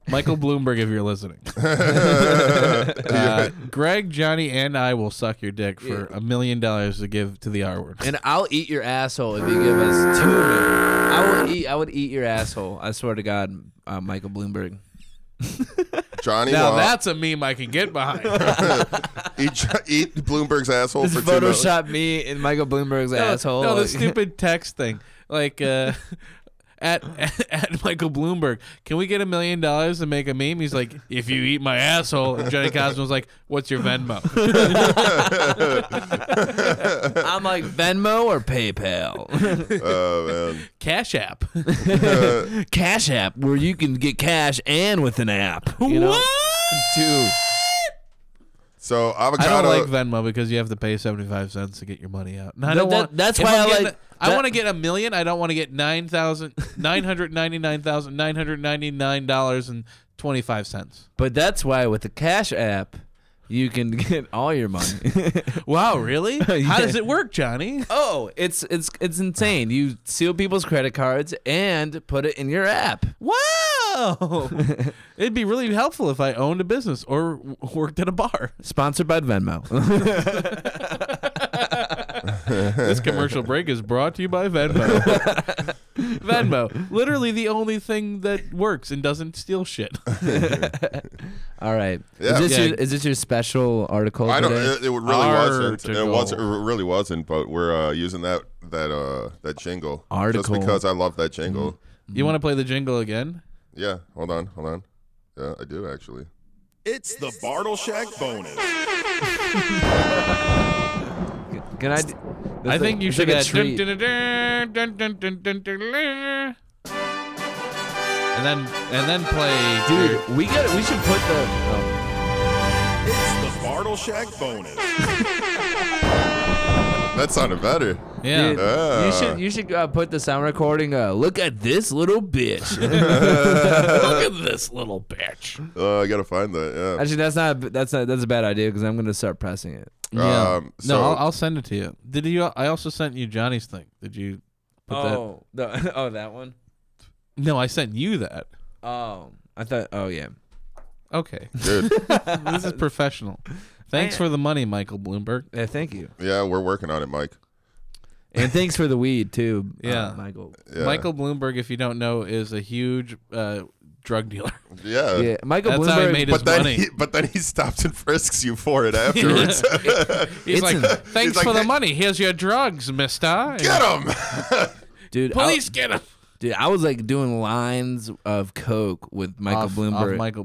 Michael Bloomberg, if you're listening, uh, Greg, Johnny, and I will suck your dick for a million dollars to give to the R word. and I'll eat your asshole if you give us two million. I will eat. I would eat your asshole. I swear to God, uh, Michael Bloomberg. Johnny, Now Law. that's a meme I can get behind. No, eat, Jo- eat Bloomberg's asshole for two minutes. Photoshop me and Michael Bloomberg's asshole. no, the like- stupid text thing, like. uh At, at Michael Bloomberg, can we get a million dollars to make a meme? He's like, if you eat my asshole, and Johnny Cosmo's like, what's your Venmo? I'm like Venmo or PayPal, Oh man. Uh, Cash App. Cash App, where you can get cash and with an app. You know? Dude, So I avocado. don't like Venmo because you have to pay seventy five cents to get your money out. And I That- don't that- want. that's if why I'm I getting like- a- I that- want to get a million. I don't want to get nine thousand nine hundred ninety nine thousand nine hundred ninety nine dollars and twenty five cents. but that's why with the Cash App, you can get all your money. Wow, really? How Yeah. does it work, Johnny? oh, it's it's it's insane. You steal people's credit cards and put it in your app. Wow, it'd be really helpful if I owned a business or w- worked at a bar. Sponsored by Venmo. This commercial break is brought to you by Venmo. Venmo. Literally the only thing that works and doesn't steal shit. All right. Yeah. Is this Yeah. your is this your special article I don't. today? It, it really wasn't. It Article. was. It really wasn't. But we're uh, using that that uh that jingle Article. just because I love that jingle. You want to play the jingle again? Yeah. Hold on. Hold on. Yeah, I do actually. It's the Bartle Shack bonus. uh, Can I? d- I that's think like- you it's should like get a treat. and then and then play Dude, we got. We should put the. Oh. It's the Bartle Shack bonus. That sounded better. Yeah. Dude, Ah. you should you should uh, put the sound recording. Uh, look at this little bitch. Look at this little bitch. Uh, I gotta find that. Yeah. Actually, that's not that's not that's a bad idea because I'm gonna start pressing it. Yeah. Um, no, so- I'll, I'll send it to you. Did you? I also sent you Johnny's thing. Did you? Put the, oh, that one. That? No, I sent you that. Oh, I thought. Oh yeah. Okay. Dude. this is professional. Thanks for the money, Michael Bloomberg. Yeah, thank you, Yeah, we're working on it, Mike. and thanks for the weed too. Yeah. uh, Michael. Yeah. Michael Bloomberg, if you don't know, is a huge uh, drug dealer. Uh, Yeah. Yeah, Michael That's how Bloomberg. he made his But then, money. he, but then he stops and frisks you for it afterwards. It's He's like, in- thanks he's like, for the "Hey." money. Here's your drugs, mister. Get him! dude, I, Please get him. dude, I was like doing lines of coke with Michael off, Bloomberg. Off Michael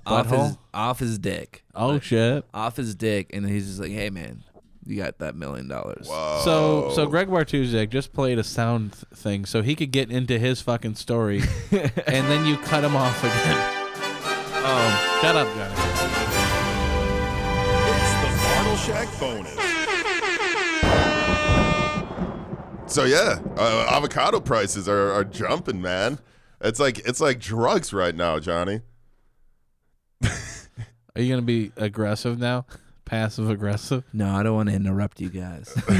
off, off butthole. his off his dick, oh, shit. off his dick, and then he's just like, "Hey man, you got that million dollars." So, Oh. so Greg Bartuzek just played a sound th- thing so he could get into his fucking story, and then you cut him off again. Oh, shut up, Johnny. It's the Bartle Shack bonus. So yeah, uh, avocado prices are, are jumping, man. It's like it's like drugs right now, Johnny. Are you gonna be aggressive now? Passive aggressive. No, I don't want to interrupt you guys. no,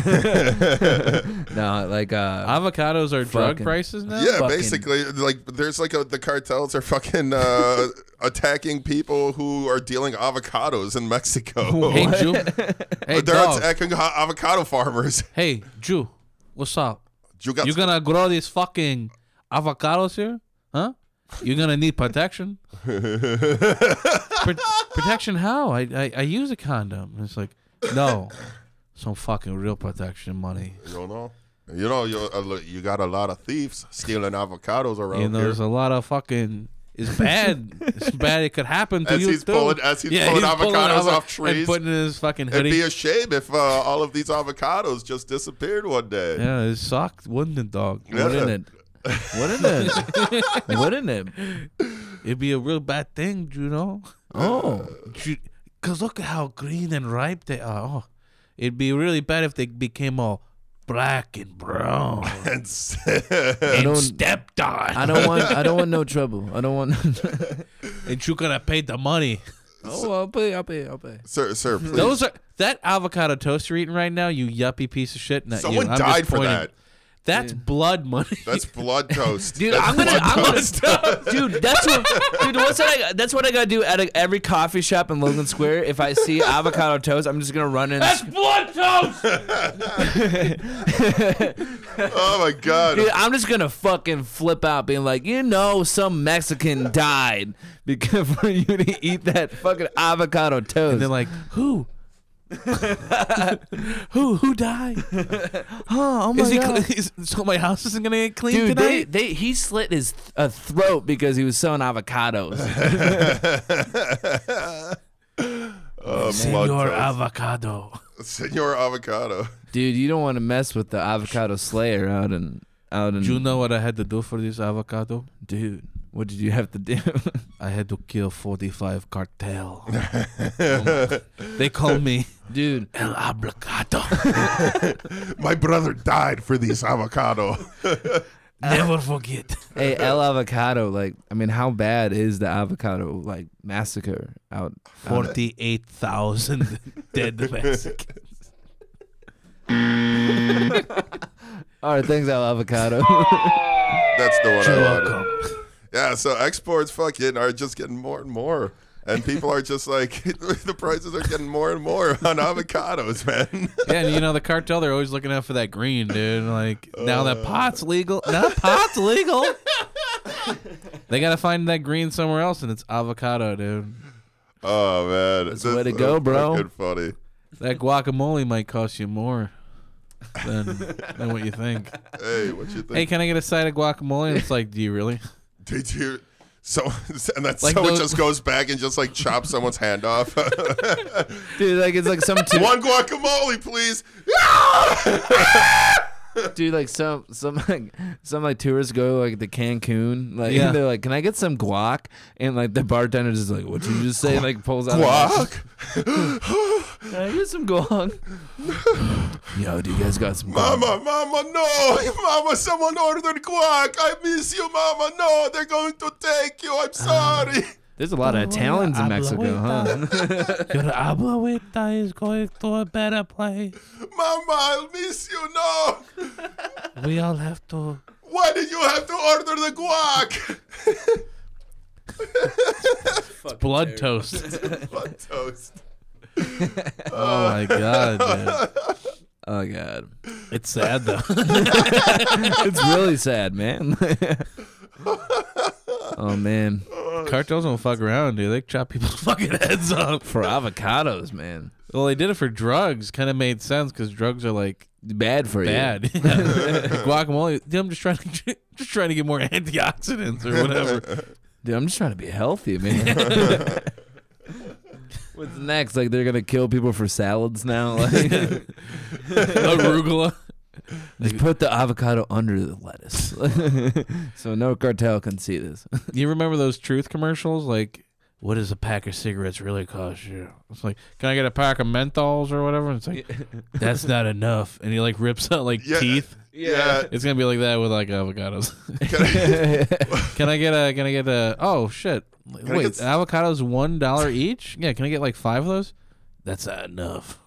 like uh, Avocados are drug Fucking- prices now. yeah, fucking- basically, like there's like a, the cartels are fucking uh, attacking people who are dealing avocados in Mexico. Hey Jew. hey They're dog. attacking ho- avocado farmers. hey Jew. What's up? You got You gonna grow these fucking avocados here? Huh? You're gonna need protection. Pro- protection? How? I, I I use a condom. And it's like no, some fucking real protection money. you know, you know, you uh, look, you got a lot of thieves stealing avocados around You know, here. there's a lot of fucking. It's bad. it's bad. It could happen to As you he's too. pulling- as he's pulling avocados avo- off trees. and putting it in his fucking It'd hoodie. be a shame if uh, all of these avocados just disappeared one day. yeah, it sucked, wouldn't it, dog? wouldn't it? Wouldn't it? wouldn't it? It'd be a real bad thing, you know. Oh, Because look at how green and ripe they are. Oh, it'd be really bad if they became all black and brown And I and don't. stepped on. I don't want. I don't want no trouble. I don't want. and you're going to pay the money. oh, I'll pay. I'll pay. I'll pay. sir, sir, please. Those are that avocado toast you're eating right now, you yuppie piece of shit. Not you. Someone I'm just died for pointing. that. That's blood money. That's blood toast. Dude, That's I'm gonna, blood I'm gonna, toast. dude. That's what, dude. What's that? I, that's what I gotta do at a, every coffee shop in Logan Square. If I see avocado toast, I'm just gonna run in. That's Oh my god. Dude, I'm just gonna fucking flip out, being like, you know, some Mexican died because for you to eat that fucking avocado toast. They're like, who? who who died? oh Is he cle- is, so my house isn't gonna get cleaned Dude, they, tonight. they he slit his th- uh, throat because he was selling avocados. Uh, blood Senor toast. avocado. Senor avocado. Dude, you don't want to mess with the avocado slayer out in out in. Do you know what I had to do for this avocado? Dude, what did you have to do? I had to kill 45 cartel. they call me Dude, El Avocado. My brother died for these avocado. Never forget. hey, El Avocado, like, I mean, how bad is the avocado like massacre out? Uh, out in- 48,000 dead Mexicans. All right, thanks, El Avocado. That's the one I wanted. Yeah, so exports fucking are just getting more and more. and people are just like the prices are getting more and more on avocados, man. Yeah, and you know the cartel, they're always looking out for that green, dude. Like now that pot's legal, now pot's legal. they gotta find that green somewhere else, and it's avocado, dude. oh man, that's the way to go, bro. Good funny. That guacamole might cost you more than than what you think. Hey, what you think? Hey, can I get a side of guacamole? And it's like, do you really? Did you? So and that's Like so it those- just goes back and just like chops someone's hand off. dude. Like it's like some two, One guacamole, please. dude. Like some some like some like tourists go like to Cancun. Like Yeah. they're like, can I get some guac? And like the bartender just like, what you just say? And, like pulls out a- Guac. Can I get some guac? Yo, do you guys got some? guac? Mama, mama, no. Mama, someone ordered guac. I miss you, mama. No, they're going to take you. I'm sorry. Ah. There's a lot of Italians in Mexico, huh? Your abuelita is going to a better place. mama, I'll miss you. No. We all have to. Why did you have to order the guac? It's blood toast. Blood toast. Oh my god, Oh god, dude. It's sad though. it's really sad, man. oh man, Cartels don't fuck around, dude. They chop people's fucking heads off. for avocados, man, Well, they did it for drugs. Kind of made sense because drugs are like bad for you. bad. Guacamole. Dude, I'm just trying to just trying to get more antioxidants or whatever. Dude, I'm just trying to be healthy, man. What's next? Like they're gonna kill people for salads now? Like, Arugula. just put the avocado under the lettuce, so no cartel can see this. You remember those truth commercials? Like, what does a pack of cigarettes really cost you? It's like, can I get a pack of menthols or whatever? And it's like, that's not enough. And he like rips out like Yeah. teeth. Yeah. It's gonna be like that with like avocados. Can I- Can I get a? Can I get a? Oh shit! I Wait, get s- avocados one dollar each. Yeah, can I get like five of those? That's not enough.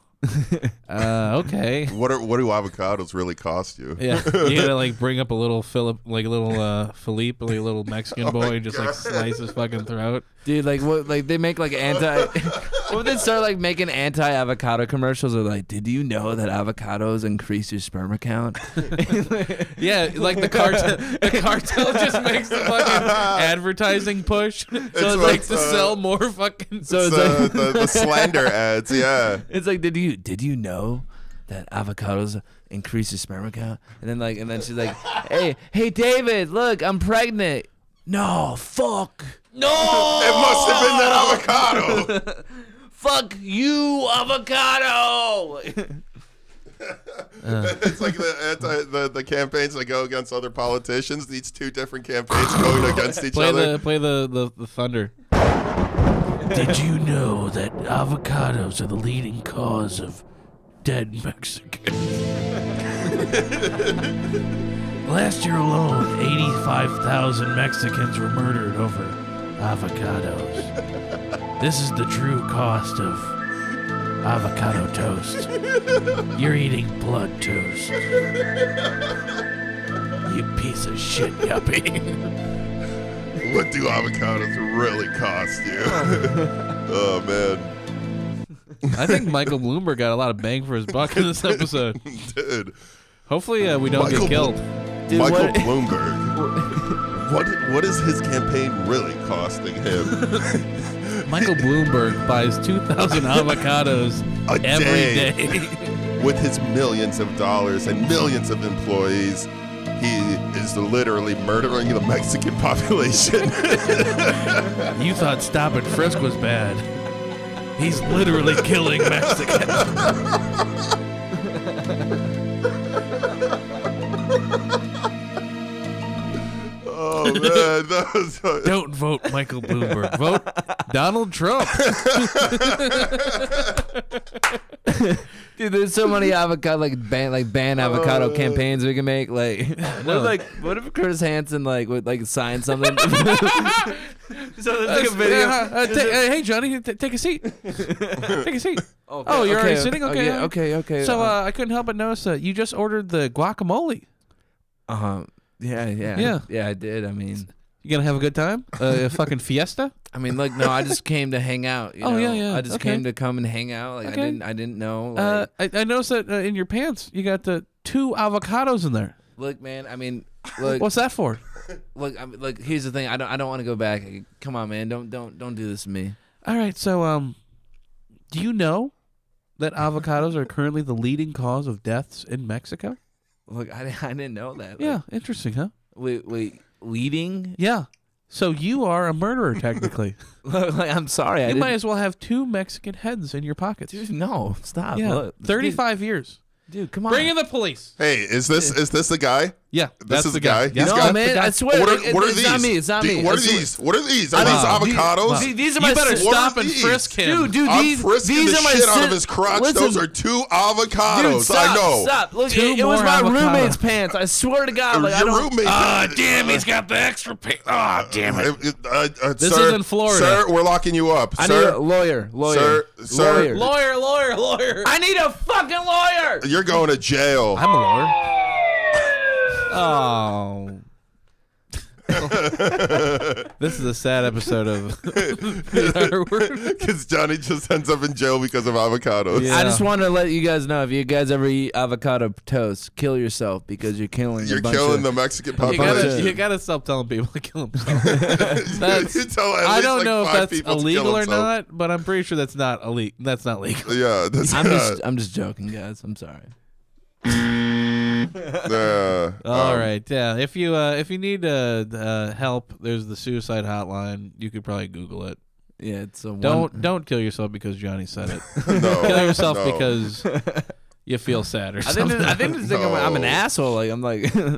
uh, okay. what are what do avocados really cost you? Yeah, you gotta like bring up a little Philip, like little uh Philippe, like little Oh Mexican boy, and just like slice his fucking throat. Dude, like what? Like they make like anti. what if they start like making anti avocado commercials? Or like, did you know that avocados increase your sperm count? Yeah, like the cartel, the cartel just makes the fucking advertising push, so it's, It's like like, to uh, sell more fucking. So it's The, like, uh, the, the slander ads, yeah. it's like, did you did you know that avocados increase your sperm count? And then like, and then she's like, hey, hey, David, look, I'm pregnant. No, fuck, It must have been Oh! that avocado. fuck you, avocado. It's like the, anti, the the campaigns that go against other politicians. These two different campaigns going against each play other. the play the the, the thunder. Did you know that avocados are the leading cause of dead Mexicans? Last year alone, 85,000 Mexicans were murdered over avocados. This is the true cost of avocado toast. You're eating blood toast. You piece of shit, yuppie. What do avocados really cost you? oh man, I think Michael Bloomberg got a lot of bang for his buck in this episode. dude. Hopefully, uh, we don't Michael get killed. Dude, Michael what- Bloomberg. What what is his campaign really costing him? Michael Bloomberg buys 2,000 avocados A every day. day. With his millions of dollars and millions of employees, he is literally murdering the Mexican population. You thought Stop and Frisk was bad. He's literally killing Mexicans. oh man, that was Don't vote Michael Bloomberg. Vote Donald Trump. Dude, there's so many avocado like ban like ban avocado campaigns we can make. Like, what if, like what if Chris Hansen like would like sign something? so there's like a video. Uh, uh, ta- uh, hey, Johnny, t- take a seat. Take a seat. oh, you're already sitting? Okay. okay, okay. okay. So uh, I couldn't help but notice uh, you just ordered the guacamole. uh huh. Yeah, yeah, yeah. yeah. I did. I mean, You gonna have a good time? Uh, a fucking fiesta? I mean, like, no, I just came to hang out. You Oh, know? yeah, yeah, I just okay. came to come and hang out. Like, Okay. I didn't, I didn't know. Like, Uh, I, I noticed that uh, in your pants you got the two avocados in there. look, man. I mean, look, What's that for? look, I mean, look. Here's the thing. I don't, I don't want to go back. Come on, man. Don't, don't, don't do this to me. All right, so um, do you know that avocados are currently the leading cause of deaths in Mexico? Look, I, di- I didn't know that. Like, Yeah, interesting, huh? Wait, wait. Leading? Yeah. So you are a murderer technically. Look, like, I'm sorry. I you didn't, might as well have two Mexican heads in your pockets. dude, no, stop. yeah, look. Dude, 35 years. Dude, come on. Bring in the police. Hey, is this is this the guy? Yeah, This that's is the the guy? guy. He's Yeah. got- No, man, I swear. what are, like, it- what are it's these? not me. It's not Do- me. What I are swear. these? What are these? Are Wow. these These- avocados? These, these are You my better sis- What stop are and these? frisk him. Dude, dude, I'm these, frisking these the are my shit out of sis- his crotch. Listen, Those are two avocados. Dude, stop, I know. Stop. Look, Two it, it was more my avocado. roommate's pants. I swear to God, like I Your don't. roommate. Ah, damn, he's got the extra pay. Ah, damn it. Uh, uh, uh, This sir, is in Florida. Sir, we're locking you up. I need sir, a lawyer, lawyer, Sir, sir. lawyer. Lawyer, lawyer, lawyer. I need a fucking lawyer. you're going to jail. I'm a lawyer. Oh. this is a sad episode of our word. Because Johnny just ends up in jail because of avocados. Yeah. I just want to let you guys know if you guys ever eat avocado toast, kill yourself because you're killing. You're a bunch killing of, the Mexican You gotta, population. you gotta stop telling people to kill themselves. that's- You tell at I least, don't like, know if five that's people to kill illegal or themselves. not, but I'm pretty sure that's not illegal. That's not legal. Yeah, that's I'm just, I'm just joking, guys. I'm sorry. uh, All um, right, yeah. If you uh, if you need uh, uh, help, there's the suicide hotline. You could probably Google it. Yeah, it's a one- Don't don't kill yourself because Johnny said it. No, kill yourself no. because you feel sad or I think, something. I think just think I'm, I'm an No. asshole. Like I'm like, I'm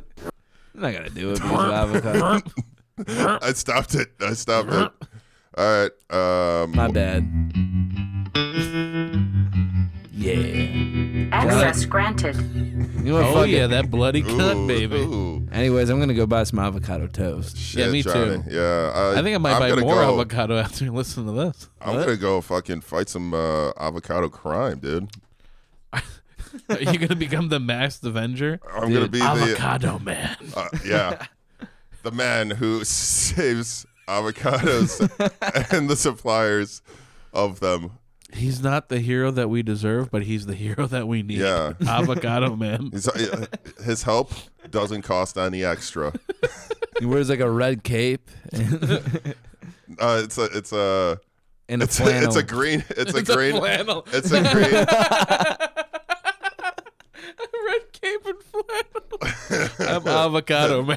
not gonna do it because of avocado. I stopped it. I stopped it. All right. Um, My bad. Yeah. Access granted. You know what? oh fuck it. yeah, that bloody cunt, ooh, baby. ooh, Anyways, I'm gonna go buy some avocado toast. shit, me too. Johnny. Yeah, I, I think I might am buy gonna more go, avocado after listening to this. I'm gonna go fucking fight some uh, avocado crime, dude. Are you gonna become the masked Avenger? I'm gonna be Avocado man. the uh, yeah, the man who saves avocados and the suppliers of them. He's not the hero that we deserve, but he's the hero that we need. Yeah. Avocado man. His, uh, his help doesn't cost any extra. He wears like a red cape and, Uh, it's a it's a and a it's a, flannel. it's a green it's a It's a green flannel. it's a green Red cape and flannel. I'm avocado man.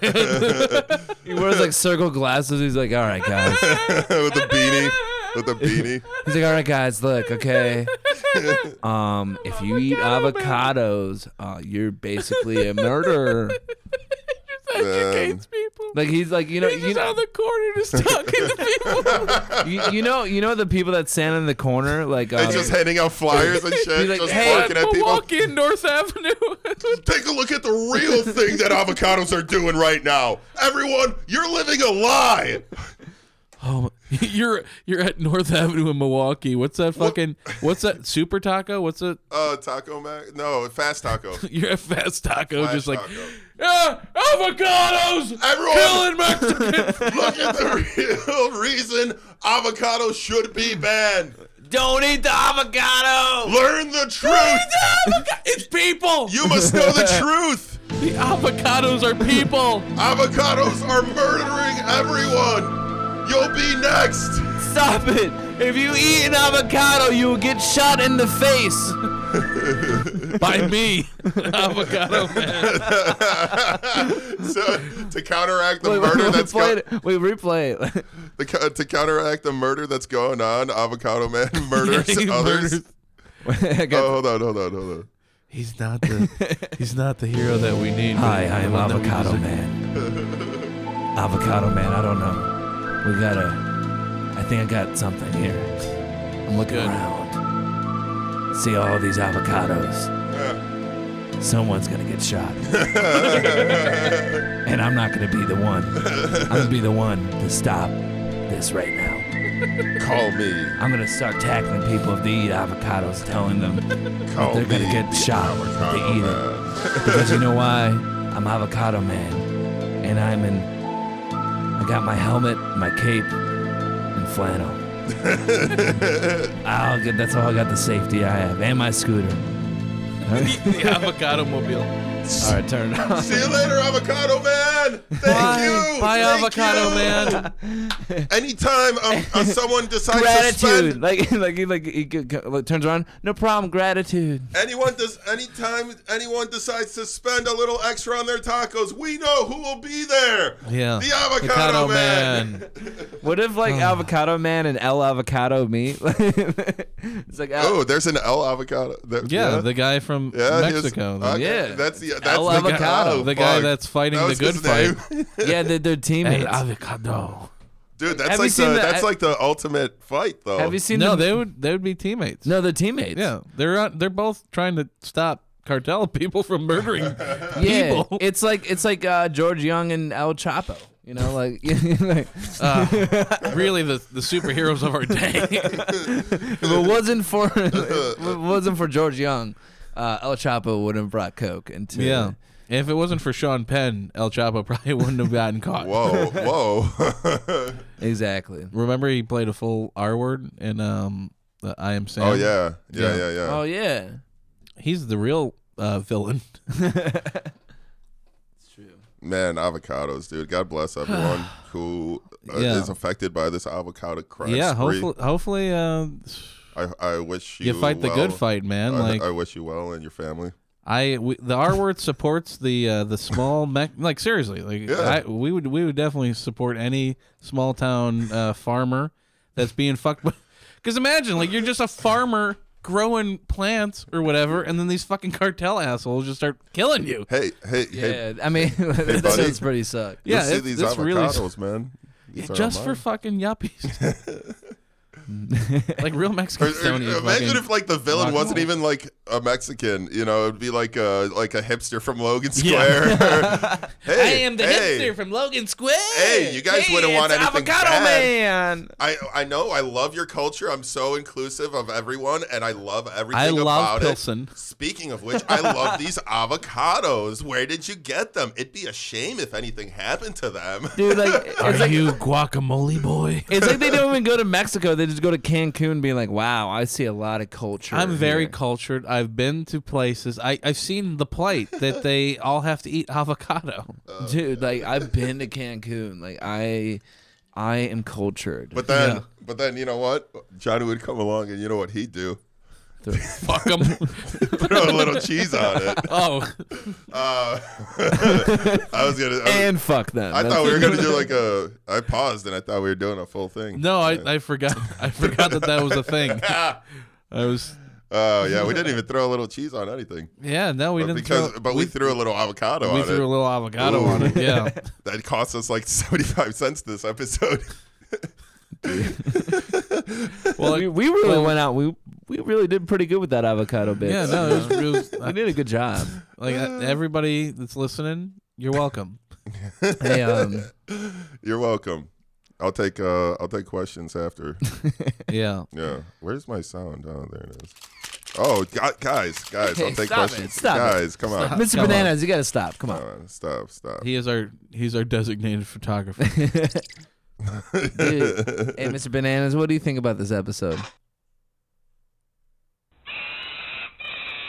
he wears like circle glasses. He's like, all right, guys. with a beanie with a beanie. He's like, all right, guys. Look, okay. Um, if you eat avocados, uh, you're basically a murderer. Um, people. Like he's like, you know, He's you just out know, of the corner just talking to people. you, you know, you know the people that stand in the corner, like um, and just handing out flyers and shit, like, just "Hey, barking at people. Milwaukee, North Avenue. Take a look at the real thing that avocados are doing right now. Everyone, you're living a lie. oh, you're you're at North Avenue in Milwaukee. What's that fucking? What's that super taco? What's it? Uh, Taco Mac? No, Fast Taco. You're at Fast Taco, Fast just like Taco. "Ah, avocados. Everyone- killing Mexicans. look at the real reason avocados should be banned. don't eat the avocado. Learn the truth. it's people. You must know the truth. The avocados are people. Avocados are murdering everyone. You'll be next. Stop it! If you eat an avocado, you will get shot in the face. By me, avocado man. So, to counteract the Wait, murder wait, that's replay going it. Wait, replay it. the, co- to counteract the murder that's going on, Avocado Man murders He others. murders- I got- Oh, hold on, hold on, hold on. He's not the he's not the hero that we need. but Hi, he's the I am one that we Avocado deserve. Man. avocado Man, I don't know. We got a. I think I got something here. I'm looking around. See all these avocados. Someone's gonna get shot. and I'm not gonna be the one. I'm gonna be the one to stop this right now. Call me. I'm gonna start tackling people if they eat avocados, telling them that Call they're gonna me get shot if they eat it. Because you know why? I'm avocado man, and I'm an I got my helmet, my cape, and flannel. I'll get, that's all I got the safety I have, and my scooter. the avocado mobile. All right, turn it off. See you later, Avocado Man. Thank you. Bye, Thank avocado you. man. Anytime um, uh, someone decides to Gratitude, spend, like like he- like he g- g- like, turns around. No problem, gratitude. anyone does, anytime anyone decides to spend a little extra on their tacos, we know who will be there. Yeah. the Avocado, man. What if like avocado man and El Avocado meet? it's like Oh, there's an L Avocado. There- Yeah, the guy from Yeah, he was- Mexico. the- okay, Yeah. that's the that's El the guy- Avocado. oh, the guy fuck. that's fighting That the was good his fight. name. yeah, they're, they're El teammates. avocado. Dude, that's Have you like the, seen the- that's like the ultimate fight though. Oh. Have you seen No, them? they would they would be teammates. no, they're teammates. Yeah, they're on, they're both trying to stop cartel people from murdering yeah. people. It's like it's like uh, George Young and El Chapo. You know, like, like if Uh, really the the superheroes of our day. it wasn't for if it wasn't for George Young, uh, El Chapo would have brought coke into yeah. If it wasn't for Sean Penn, El Chapo probably wouldn't have gotten caught. Whoa, whoa. exactly. Remember, he played a full R word in um, the I Am Sam. oh yeah, yeah, yeah, yeah. Oh yeah, he's the real uh, villain. Man, avocados, dude. God bless everyone who uh, Yeah. is affected by this avocado crime. yeah, spree. hopefully, hopefully, uh, I, I wish you. you fight the good well. fight, man. I, like I wish you well and your family. I we, the R word supports the uh, the small me- like seriously like Yeah. I, we would we would definitely support any small town uh, farmer that's being fucked by because imagine like you're just a farmer growing plants or whatever and then these fucking cartel assholes just start killing you Hey, hey, hey. yeah. I mean, that buddy. sounds pretty suck. You yeah see it- these this really s- avocados, man. These are just for mine. fucking yuppies like real Mexican Or- or Imagine if like the villain rock wasn't and even like a Mexican, you know, it'd be like a like a hipster from Logan Square. Yeah. hey, I am the hey, hipster from Logan Square Hey, you guys wouldn't want anything Avocado bad. man. I I know I love your culture. I'm so inclusive of everyone, and I love everything I love about Pilsen it. Speaking of which, I love these avocados. Where did you get them? It'd be a shame if anything happened to them. dude. Like, it's Are like you guacamole boy? it's like they don't even go to Mexico. They just go to Cancun, being like, "Wow, I see a lot of culture." I'm very here." cultured. I've been to places. I, I've seen the plight that they all have to eat avocado. Uh, dude. Like, I've been to Cancun. Like, I, I am cultured. But then, but then you know what? Johnny would come along, and you know what he'd do? Fuck them. Throw a little cheese on it. oh, Uh, I was gonna. I, was- and fuck them. I That's- thought we were gonna do like a. I paused and I thought we were doing a full thing. no, I, I forgot. I forgot that that was a thing. I was, Oh yeah, we didn't even throw a little cheese on anything. yeah, no, we But didn't. because, throw, but we, threw a little avocado we on threw it. a little avocado Ooh. on it. Yeah. that cost us like seventy five cents this episode. Well, we, like, we really went out. We we really did pretty good with that avocado bit. yeah, no, it was, it was uh, we did a good job. like uh, everybody that's listening. You're welcome. hey, um, You're welcome. I'll take uh I'll take questions after. Yeah. Yeah. Where's my sound? Oh, there it is. Oh, gu- guys, guys, I'll Hey, take stop it, questions. stop it. guys, come on. Mr. Come on. Bananas, you gotta stop. Come on, Come on, Stop, stop. He is our he's our designated photographer. dude. hey, Mr. Bananas, what do you think about this episode?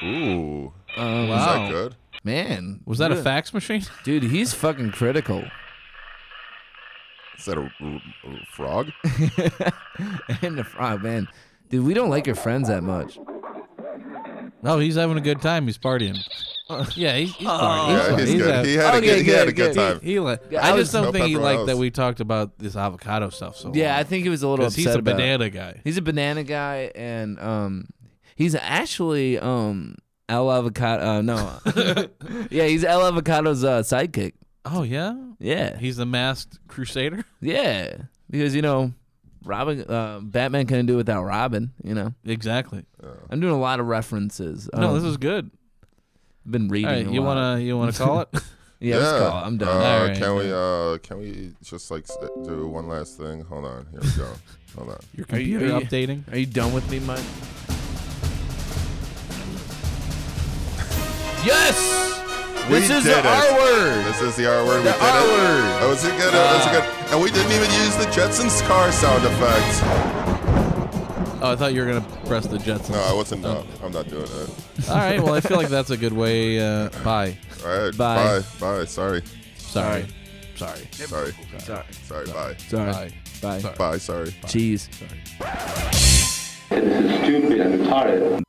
Ooh. Um, Is Wow. that good? man, Was that a yeah. fax machine? Dude, he's fucking critical. Is that a, a- a frog? and the frog, man. Dude, we don't like your friends that much. No, Oh, he's having a good time. He's partying. Yeah, he's, Oh, he's partying. yeah, he's, good. having- Oh, he had a Okay, good, he had a good, good, good. time. He like, Yeah, I I was- just don't No think he pepper liked that house. we talked about this avocado stuff so Yeah, I think he was a little because upset he's a about it. banana guy. He's a banana guy, and um, he's actually um, El Avocado. Uh, no, yeah, he's El Avocado's uh, sidekick. Oh yeah, Yeah, he's the masked crusader. yeah, because you know, Robin, uh, Batman couldn't do without Robin. You know, Exactly. I'm doing a lot of references. No, Um, this is good. been reading. All right, a you lot. wanna you wanna call it? Yeah, let's call it. I'm Uh, done. All right. Can we uh can we just like s- uh, do one last thing? Hold on. Here we go. Hold on. Your Are you- computer are you- updating. Are you done with me, Mike? Yes. We This is did the it. R word. This is the R word. we The did R it. word. That was a good. that was a Ah. good. And we didn't even use the Jetsons car sound effects. Oh, I thought you were gonna press the Jetsons. No, I wasn't. Um, No, I'm not doing that. All right. Well, I feel like that's a good way. Uh, bye. All right. Bye. Bye. Bye. Sorry. Sorry. Sorry. Sorry. Sorry. Sorry. Bye. Sorry. Bye. Bye. Bye. Sorry. Cheese. It's stupid and retarded.